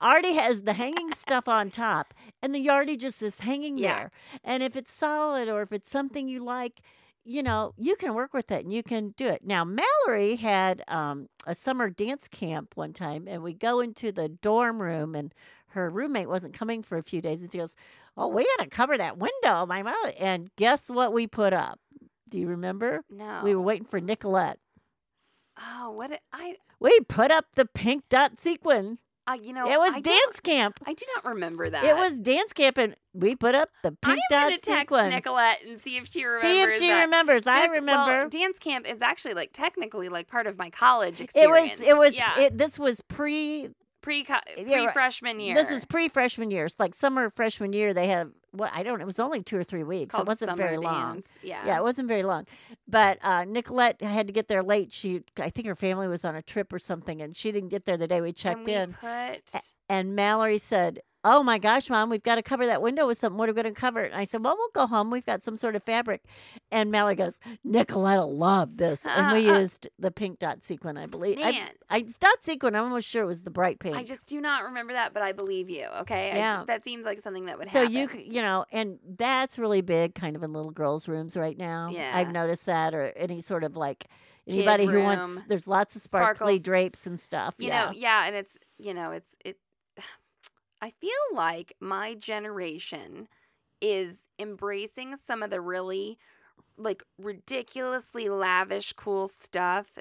Speaker 3: already has the hanging stuff on top and the already just is hanging
Speaker 1: Yeah.
Speaker 3: there and if it's solid or if it's something you like you know you can work with it and you can do it now mallory had um, a summer dance camp one time and we go into the dorm room and her roommate wasn't coming for a few days and she goes oh we gotta cover that window my mom and guess what we put up do you remember
Speaker 1: No.
Speaker 3: we were waiting for nicolette
Speaker 1: Oh, what it- I
Speaker 3: we put up the pink dot sequin
Speaker 1: uh, you know
Speaker 3: it was
Speaker 1: I don't-
Speaker 3: dance camp
Speaker 1: I do not remember that.
Speaker 3: it was dance camp and we put up the
Speaker 1: I'm
Speaker 3: pink dot
Speaker 1: gonna text
Speaker 3: sequin
Speaker 1: Nicolette and see if she
Speaker 3: see
Speaker 1: remembers.
Speaker 3: if she
Speaker 1: that.
Speaker 3: remembers i
Speaker 1: This-
Speaker 3: remember
Speaker 1: Well, dance camp is actually like technically like part of my college
Speaker 3: it
Speaker 1: experience.
Speaker 3: was it was
Speaker 1: yeah.
Speaker 3: it, this was pre
Speaker 1: pre
Speaker 3: yeah,
Speaker 1: pre
Speaker 3: right.
Speaker 1: freshman year.
Speaker 3: this is pre freshman years like summer freshman year they have what i don't it was only two or three weeks
Speaker 1: called
Speaker 3: it wasn't
Speaker 1: summer
Speaker 3: very long
Speaker 1: dance. Yeah.
Speaker 3: Yeah, it wasn't very long. But uh, Nicolette had to get there late. She, I think her family was on a trip or something, and she didn't get there the day we
Speaker 1: And
Speaker 3: checked
Speaker 1: we
Speaker 3: in.
Speaker 1: Put,
Speaker 3: And Mallory said, Oh my gosh, mom, we've got to cover that window with something. What are we going to cover? it?" And I said, Well, we'll go home. We've got some sort of fabric. And Mallory goes, Nicolette will love this. And we used the pink dot sequin, I believe. I,
Speaker 1: man,
Speaker 3: I, it's dot sequin. I'm almost sure it was the bright pink.
Speaker 1: I just do not remember that, but I believe you. Okay. I d-
Speaker 3: Yeah.
Speaker 1: that seems like something that would
Speaker 3: so
Speaker 1: happen.
Speaker 3: you c- you know and that's really big kind of in little girls rooms right now
Speaker 1: Yeah.
Speaker 3: i've noticed that or any sort of like
Speaker 1: Kid
Speaker 3: anybody who wants
Speaker 1: room,
Speaker 3: there's lots of sparkly
Speaker 1: sparkles.
Speaker 3: drapes and stuff
Speaker 1: you
Speaker 3: yeah
Speaker 1: know, yeah, and it's you know, it's it. I feel like my generation is embracing some of the really like ridiculously lavish, cool stuff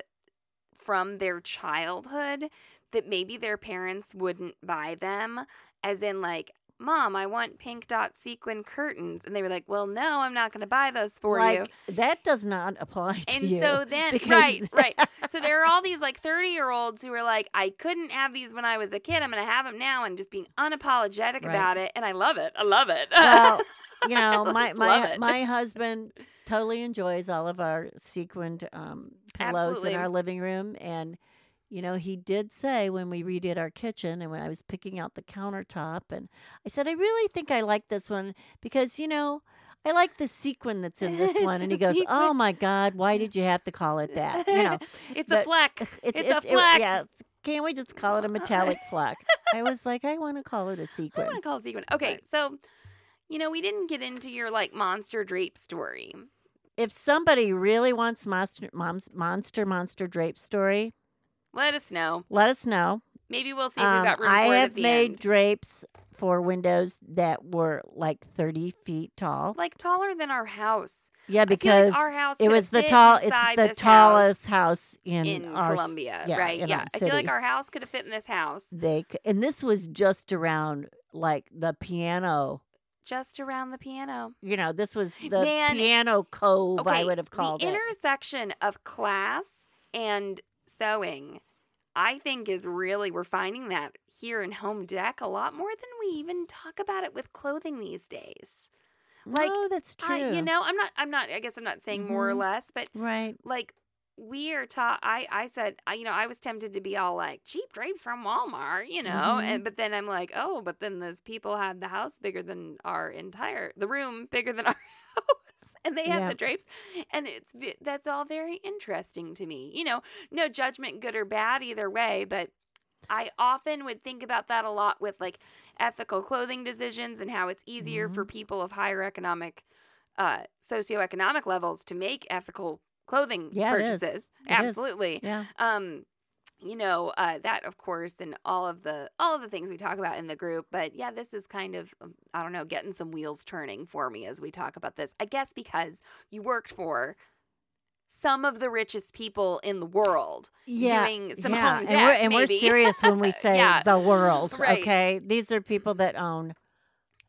Speaker 1: from their childhood that maybe their parents wouldn't buy them, as in like. Mom, I want pink dot sequin curtains. And they were like, Well, no, I'm not going to buy those for you.
Speaker 3: like that does not apply to
Speaker 1: And
Speaker 3: you
Speaker 1: so then,
Speaker 3: because-
Speaker 1: right, right. So there are all these like 30 year olds who are like, I couldn't have these when I was a kid. I'm going to have them now and just being unapologetic
Speaker 3: Right.
Speaker 1: about it. And I love it. I love it.
Speaker 3: well you know my
Speaker 1: just love
Speaker 3: my
Speaker 1: it.
Speaker 3: my husband totally enjoys all of our sequined um, pillows
Speaker 1: Absolutely.
Speaker 3: in our living room and you know he did say when we redid our kitchen and when i was picking out the countertop and i said i really think i like this one because you know i like the sequin that's in this one
Speaker 1: It's
Speaker 3: and
Speaker 1: a
Speaker 3: he goes oh
Speaker 1: sequin.
Speaker 3: my god why did you have to call it that you know
Speaker 1: it's a
Speaker 3: but-
Speaker 1: fleck.
Speaker 3: it's,
Speaker 1: It's a
Speaker 3: it- it-
Speaker 1: fleck.
Speaker 3: yes can't we just call it a metallic fleck i was like i want to call it a
Speaker 1: I
Speaker 3: sequin
Speaker 1: want to call it sequin. Okay.
Speaker 3: Right.
Speaker 1: So, you know, we didn't get into your like monster drape story.
Speaker 3: if somebody really wants monster mom's monster monster drape story,
Speaker 1: Let us know.
Speaker 3: let us know.
Speaker 1: Maybe we'll see if we've
Speaker 3: Um,
Speaker 1: got room
Speaker 3: I
Speaker 1: for it
Speaker 3: have
Speaker 1: at the
Speaker 3: made
Speaker 1: end.
Speaker 3: drapes for windows that were like thirty feet tall.
Speaker 1: Like taller than our house.
Speaker 3: yeah,
Speaker 1: I
Speaker 3: because
Speaker 1: feel like our house
Speaker 3: it
Speaker 1: could
Speaker 3: was the
Speaker 1: have fit
Speaker 3: tall. It's
Speaker 1: inside
Speaker 3: the
Speaker 1: this house.
Speaker 3: tallest house, in,
Speaker 1: in
Speaker 3: our s-
Speaker 1: Colombia,
Speaker 3: yeah,
Speaker 1: right?
Speaker 3: in
Speaker 1: Yeah,
Speaker 3: our
Speaker 1: I feel like
Speaker 3: city.
Speaker 1: our house could have fit in this house,
Speaker 3: They c- and this was just around like the piano.
Speaker 1: just around the piano.
Speaker 3: You know, this was the
Speaker 1: Man,
Speaker 3: piano cove. I
Speaker 1: Okay,
Speaker 3: would have called
Speaker 1: the
Speaker 3: it.
Speaker 1: intersection of class and sewing. I think is really we're finding that here in home deck a lot more than we even talk about it with clothing these days. like,
Speaker 3: no, that's true.
Speaker 1: I, you know, I'm not. I'm not. I guess I'm not saying more or
Speaker 3: Mhm.
Speaker 1: less, but
Speaker 3: right?
Speaker 1: like we are taught i i said I, you know i was tempted to be all like cheap drapes from walmart you know
Speaker 3: Mhm.
Speaker 1: and but then i'm like oh but then those people had the house bigger than our entire the room bigger than our house and they have
Speaker 3: Yeah.
Speaker 1: the drapes and it's ve- that's all very interesting to me you know no judgment good or bad either way but I often would think about that a lot with like ethical clothing decisions and how it's easier for people of higher economic, uh, socioeconomic levels to make ethical clothing
Speaker 3: Yeah, it is.
Speaker 1: purchases.
Speaker 3: It is.
Speaker 1: Absolutely.
Speaker 3: Yeah.
Speaker 1: Um, you know uh, that of course, and all of the all of the things we talk about in the group. But yeah, this is kind of um, I don't know, getting some wheels turning for me as we talk about this. I guess because you worked for some of the richest people in the world doing some home
Speaker 3: and
Speaker 1: deck,
Speaker 3: we're, and
Speaker 1: maybe.
Speaker 3: we're serious when we say
Speaker 1: Yeah.
Speaker 3: the world.
Speaker 1: Right.
Speaker 3: Okay, these are people that own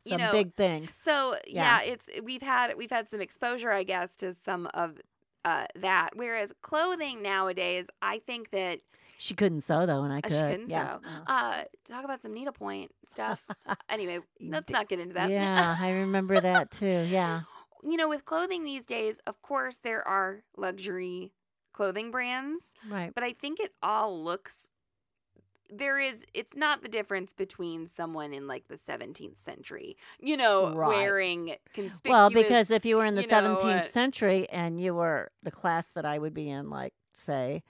Speaker 1: You
Speaker 3: some
Speaker 1: know,
Speaker 3: big things.
Speaker 1: So yeah.
Speaker 3: Yeah.
Speaker 1: it's we've had we've had some exposure, I guess, to some of uh, that. Whereas clothing nowadays, I think that
Speaker 3: She couldn't sew though, and I
Speaker 1: uh,
Speaker 3: could.
Speaker 1: she couldn't
Speaker 3: yeah. Uh-huh.
Speaker 1: sew. Uh, talk about some needlepoint stuff. Uh, anyway,
Speaker 3: You
Speaker 1: let's
Speaker 3: d-
Speaker 1: not get into that.
Speaker 3: yeah, I remember that too. Yeah,
Speaker 1: you know, with clothing these days, of course, there are luxury clothing brands,
Speaker 3: right.
Speaker 1: but I think it all looks there is it's not the difference between someone in like the 17th century, you know,
Speaker 3: Right.
Speaker 1: wearing conspicuous
Speaker 3: Well, because if you were in the
Speaker 1: know,
Speaker 3: 17th
Speaker 1: uh,
Speaker 3: century and you were the class that I would be in, like, say,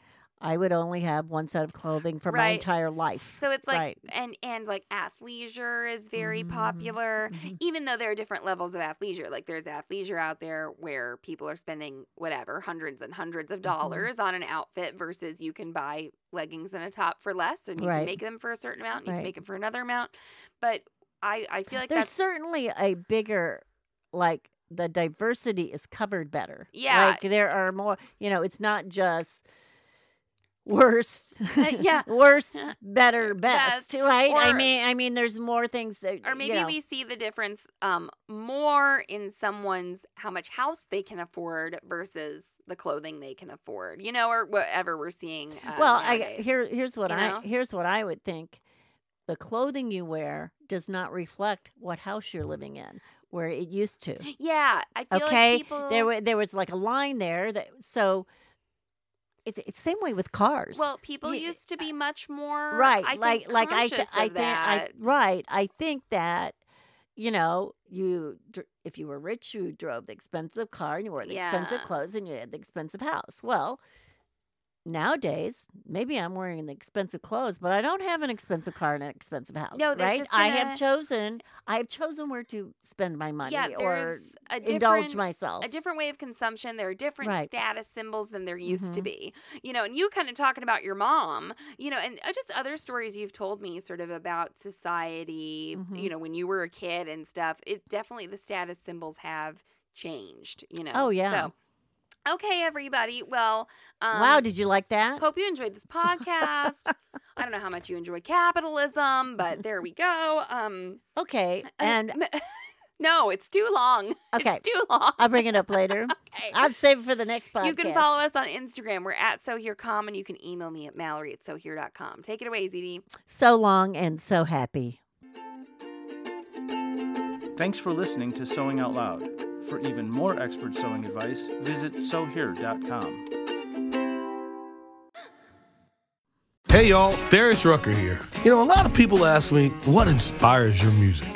Speaker 3: I would only have one set of clothing for my
Speaker 1: Right.
Speaker 3: entire life.
Speaker 1: So it's like
Speaker 3: Right.
Speaker 1: and and like athleisure is very
Speaker 3: Mhm.
Speaker 1: popular,
Speaker 4: Mhm.
Speaker 1: even though there are different levels of athleisure. Like there's athleisure out there where people are spending whatever hundreds and hundreds
Speaker 3: Mm-hmm.
Speaker 1: of dollars on an outfit versus you can buy leggings and a top for less, and you
Speaker 3: Right.
Speaker 1: can make them for a certain amount, and you
Speaker 3: Right.
Speaker 1: can make them for another amount. But I I feel like
Speaker 3: There's
Speaker 1: that's
Speaker 3: certainly a bigger, like, the diversity is covered better.
Speaker 1: Yeah.
Speaker 3: Like, there are more, you know, it's not just worse.
Speaker 1: Uh, yeah.
Speaker 3: worse, better, best,
Speaker 1: Best,
Speaker 3: right? I
Speaker 1: or-
Speaker 3: mean, I mean, there's more things that,
Speaker 1: or
Speaker 3: you
Speaker 1: maybe
Speaker 3: know,
Speaker 1: we see the difference um, more in someone's how much house they can afford versus the clothing they can afford, you know, or whatever we're seeing. Uh,
Speaker 3: well I,
Speaker 1: nowadays.
Speaker 3: here here's what
Speaker 1: you
Speaker 3: i
Speaker 1: know?
Speaker 3: here's what i would think the clothing you wear does not reflect what house you're living in where it used to
Speaker 1: Yeah, I feel
Speaker 3: Okay,
Speaker 1: like people.
Speaker 3: there wa- there was like a line there that so it's it's same way with cars
Speaker 1: well, people
Speaker 3: you-
Speaker 1: used to be much more
Speaker 3: right
Speaker 1: I
Speaker 3: like
Speaker 1: think,
Speaker 3: like i th-
Speaker 1: conscious
Speaker 3: i
Speaker 1: of
Speaker 3: think i
Speaker 1: that.
Speaker 3: right i think that you know you dr- if you were rich you drove the expensive car and you wore the expensive
Speaker 1: Yeah.
Speaker 3: clothes and you had the expensive house well nowadays maybe i'm wearing the expensive clothes but i don't have an expensive car and an expensive house
Speaker 1: No, there's
Speaker 3: right
Speaker 1: just
Speaker 3: i
Speaker 1: been
Speaker 3: have
Speaker 1: a-
Speaker 3: chosen i have chosen where to spend my money
Speaker 1: yeah,
Speaker 3: or
Speaker 1: there's a
Speaker 3: indulge
Speaker 1: different
Speaker 3: myself
Speaker 1: a different way of consumption. There are different
Speaker 3: Right.
Speaker 1: status symbols than there used to
Speaker 3: Mhm.
Speaker 1: be. You know, and you kind of talking about your mom, you know, and uh, just other stories you've told me sort of about society,
Speaker 3: Mhm.
Speaker 1: you know, when you were a kid and stuff. It definitely the status symbols have changed, you know.
Speaker 3: Oh, yeah.
Speaker 1: So, okay, everybody. Well, um,
Speaker 3: wow did you like that
Speaker 1: Hope you enjoyed this podcast. I don't know how much you enjoy capitalism, but there we go. Um,
Speaker 3: okay
Speaker 1: uh,
Speaker 3: and
Speaker 1: m- no, it's too long.
Speaker 3: Okay.
Speaker 1: it's too long.
Speaker 3: i'll bring it up later
Speaker 1: Okay.
Speaker 3: i'm saving for the next podcast
Speaker 1: You can follow us on Instagram. We're at SoHereCom, and you can email me at Mallory at SoHere.com. Take it away, ZD.
Speaker 3: so long and so happy
Speaker 2: Thanks for listening to Sewing Out Loud. For even more expert sewing advice, visit sewhere.com.
Speaker 5: Hey y'all, Darius Rucker here. You know, a lot of people ask me, what inspires your music?